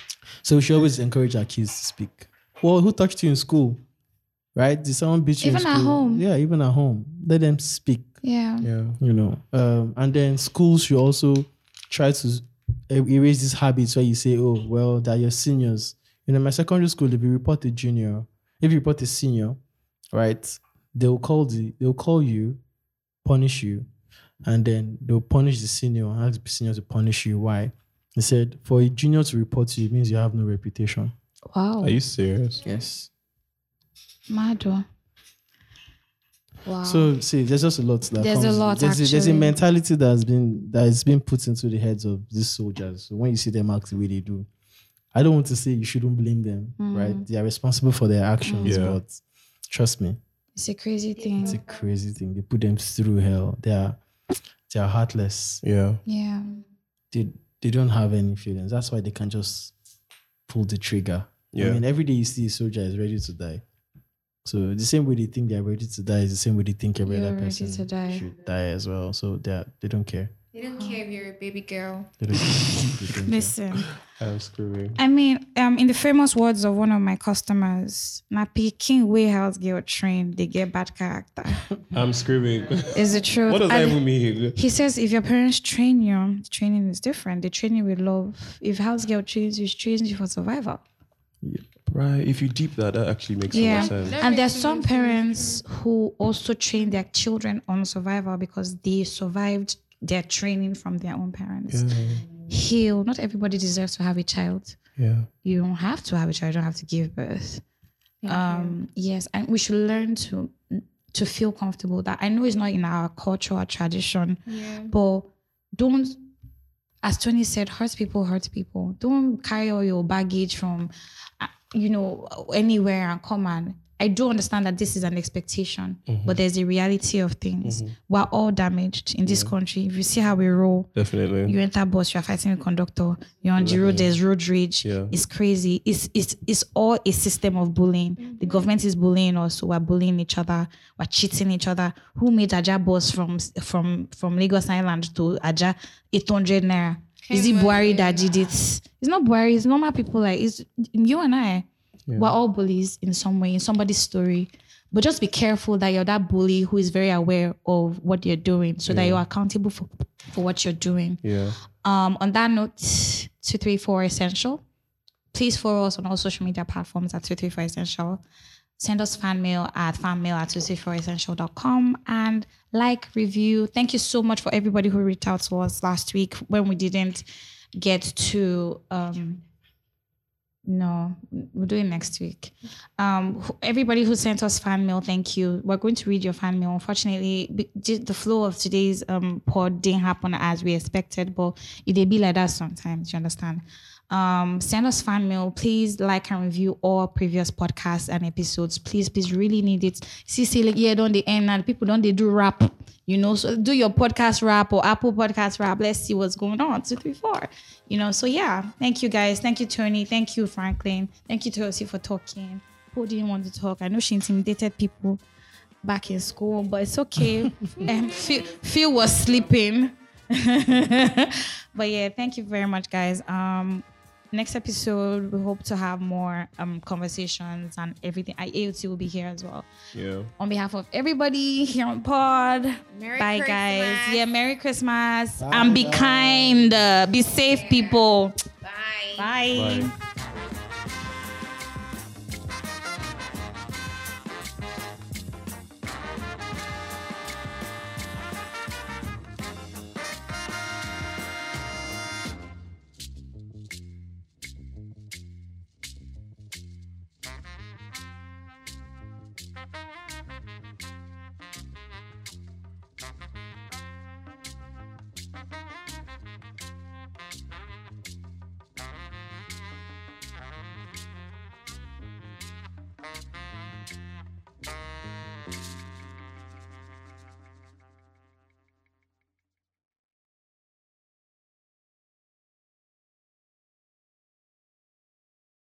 So we should always encourage our kids to speak. Well, who touched you in school? Right? Did someone beat you? in
Even at
school?
home.
Yeah, even at home. Let them speak
Yeah.
Yeah.
you know um, and then schools should also try to er- erase these habits where you say oh well they're your seniors you know my secondary school if you report a junior if you report a senior right they'll call the they'll call you punish you and then they'll punish the senior and ask the senior to punish you why they said for a junior to report you means you have no reputation
Wow.
Are you serious?
yes
Mad. oh. Wow.
So see, there's just a lot that
There's a
comes-
lot,
There's a, there's a
actually.
mentality that has been that has been put into the heads of these soldiers. So when you see them act the way they do, I don't want to say you shouldn't blame them,
Mm.
right? They are responsible for their actions,
Yeah.
but trust me,
it's a crazy thing.
it's a crazy thing. They put them through hell. They are they are heartless.
Yeah.
yeah.
They they don't have any feelings. That's why they can just pull the trigger. I
Yeah.
mean, every day you see a soldier is ready to die. So the same way they think they are ready to die is the same way they think every
You're
other
ready
person
to die.
should die as well. So they are, they don't care.
They don't care if you're a baby girl.
They don't, they don't care.
Listen.
I'm screaming.
I mean, um, in the famous words of one of my customers, na pikin wey health girl train, they get bad character.
I'm screaming.
Is the truth.
what does that
And
even mean?
He says if your parents train you, the training is different. They train you with love. If house girl trains you, she trains you for survival.
Right. If you deep that, that actually makes
Yeah.
so much sense.
And there are some parents who also train their children on survival because they survived their training from their own parents. Heal. Not everybody deserves to have a child.
Yeah.
You don't have to have a child. You don't have to give birth. Um, yes, and we should learn to to feel comfortable. That I know it's not in our culture or tradition,
Yeah.
but don't. As Tony said, hurt people hurt people. Don't carry all your baggage from uh, you know, anywhere and come and I do understand that this is an expectation, but there's a reality of things. We're all damaged in this country. If you see how we roll,
Definitely.
you enter bus, you're fighting with conductor, you're on the road, there's road rage.
Yeah.
It's crazy. It's it's it's all a system of bullying. The government is bullying us, we're bullying each other, we're cheating each other. Who made Aja boss from from from Lagos Island to Aja 800 naira? Is it
Came
Buhari
with
that did it? It's not Buhari, it's normal people like it's you and I. We're all bullies in some way, in somebody's story. But just be careful that you're that bully who is very aware of what you're doing so that you're accountable for, for what you're doing.
Yeah.
Um, on that note, 234 Essential. Please follow us on all social media platforms at 234 Essential. Send us fan mail at fanmail at 234essential.com and like, review. Thank you so much for everybody who reached out to us last week when we didn't get to. Um, no, we'll do it next week. Um, who- everybody who sent us fan mail, thank you. We're going to read your fan mail. Unfortunately, be- ju- the flow of today's um pod didn't happen as we expected, but it they be like that sometimes. You understand? Um, send us fan mail. Please like and review all previous podcasts and episodes. Please, please, really need it. See, see, like yeah, don't they end and people don't they do rap? You know, so do your podcast rap or Apple podcast rap. Let's see what's going on. Two, three, four. You know, so yeah. Thank you guys. Thank you, Tony. Thank you, Franklin. Thank you, Tosi, for talking. Who didn't want to talk? I know she intimidated people back in school, but it's okay. and Phil, Phil was sleeping. but yeah, thank you very much, guys. Um, next episode, we hope to have more um conversations and everything. I AOT will be here as well.
Yeah.
On behalf of everybody here on Pod,
Merry
bye, guys.
Christmas.
Yeah, Merry Christmas and be kind, uh, be safe, people.
Bye.
Bye.
Bye.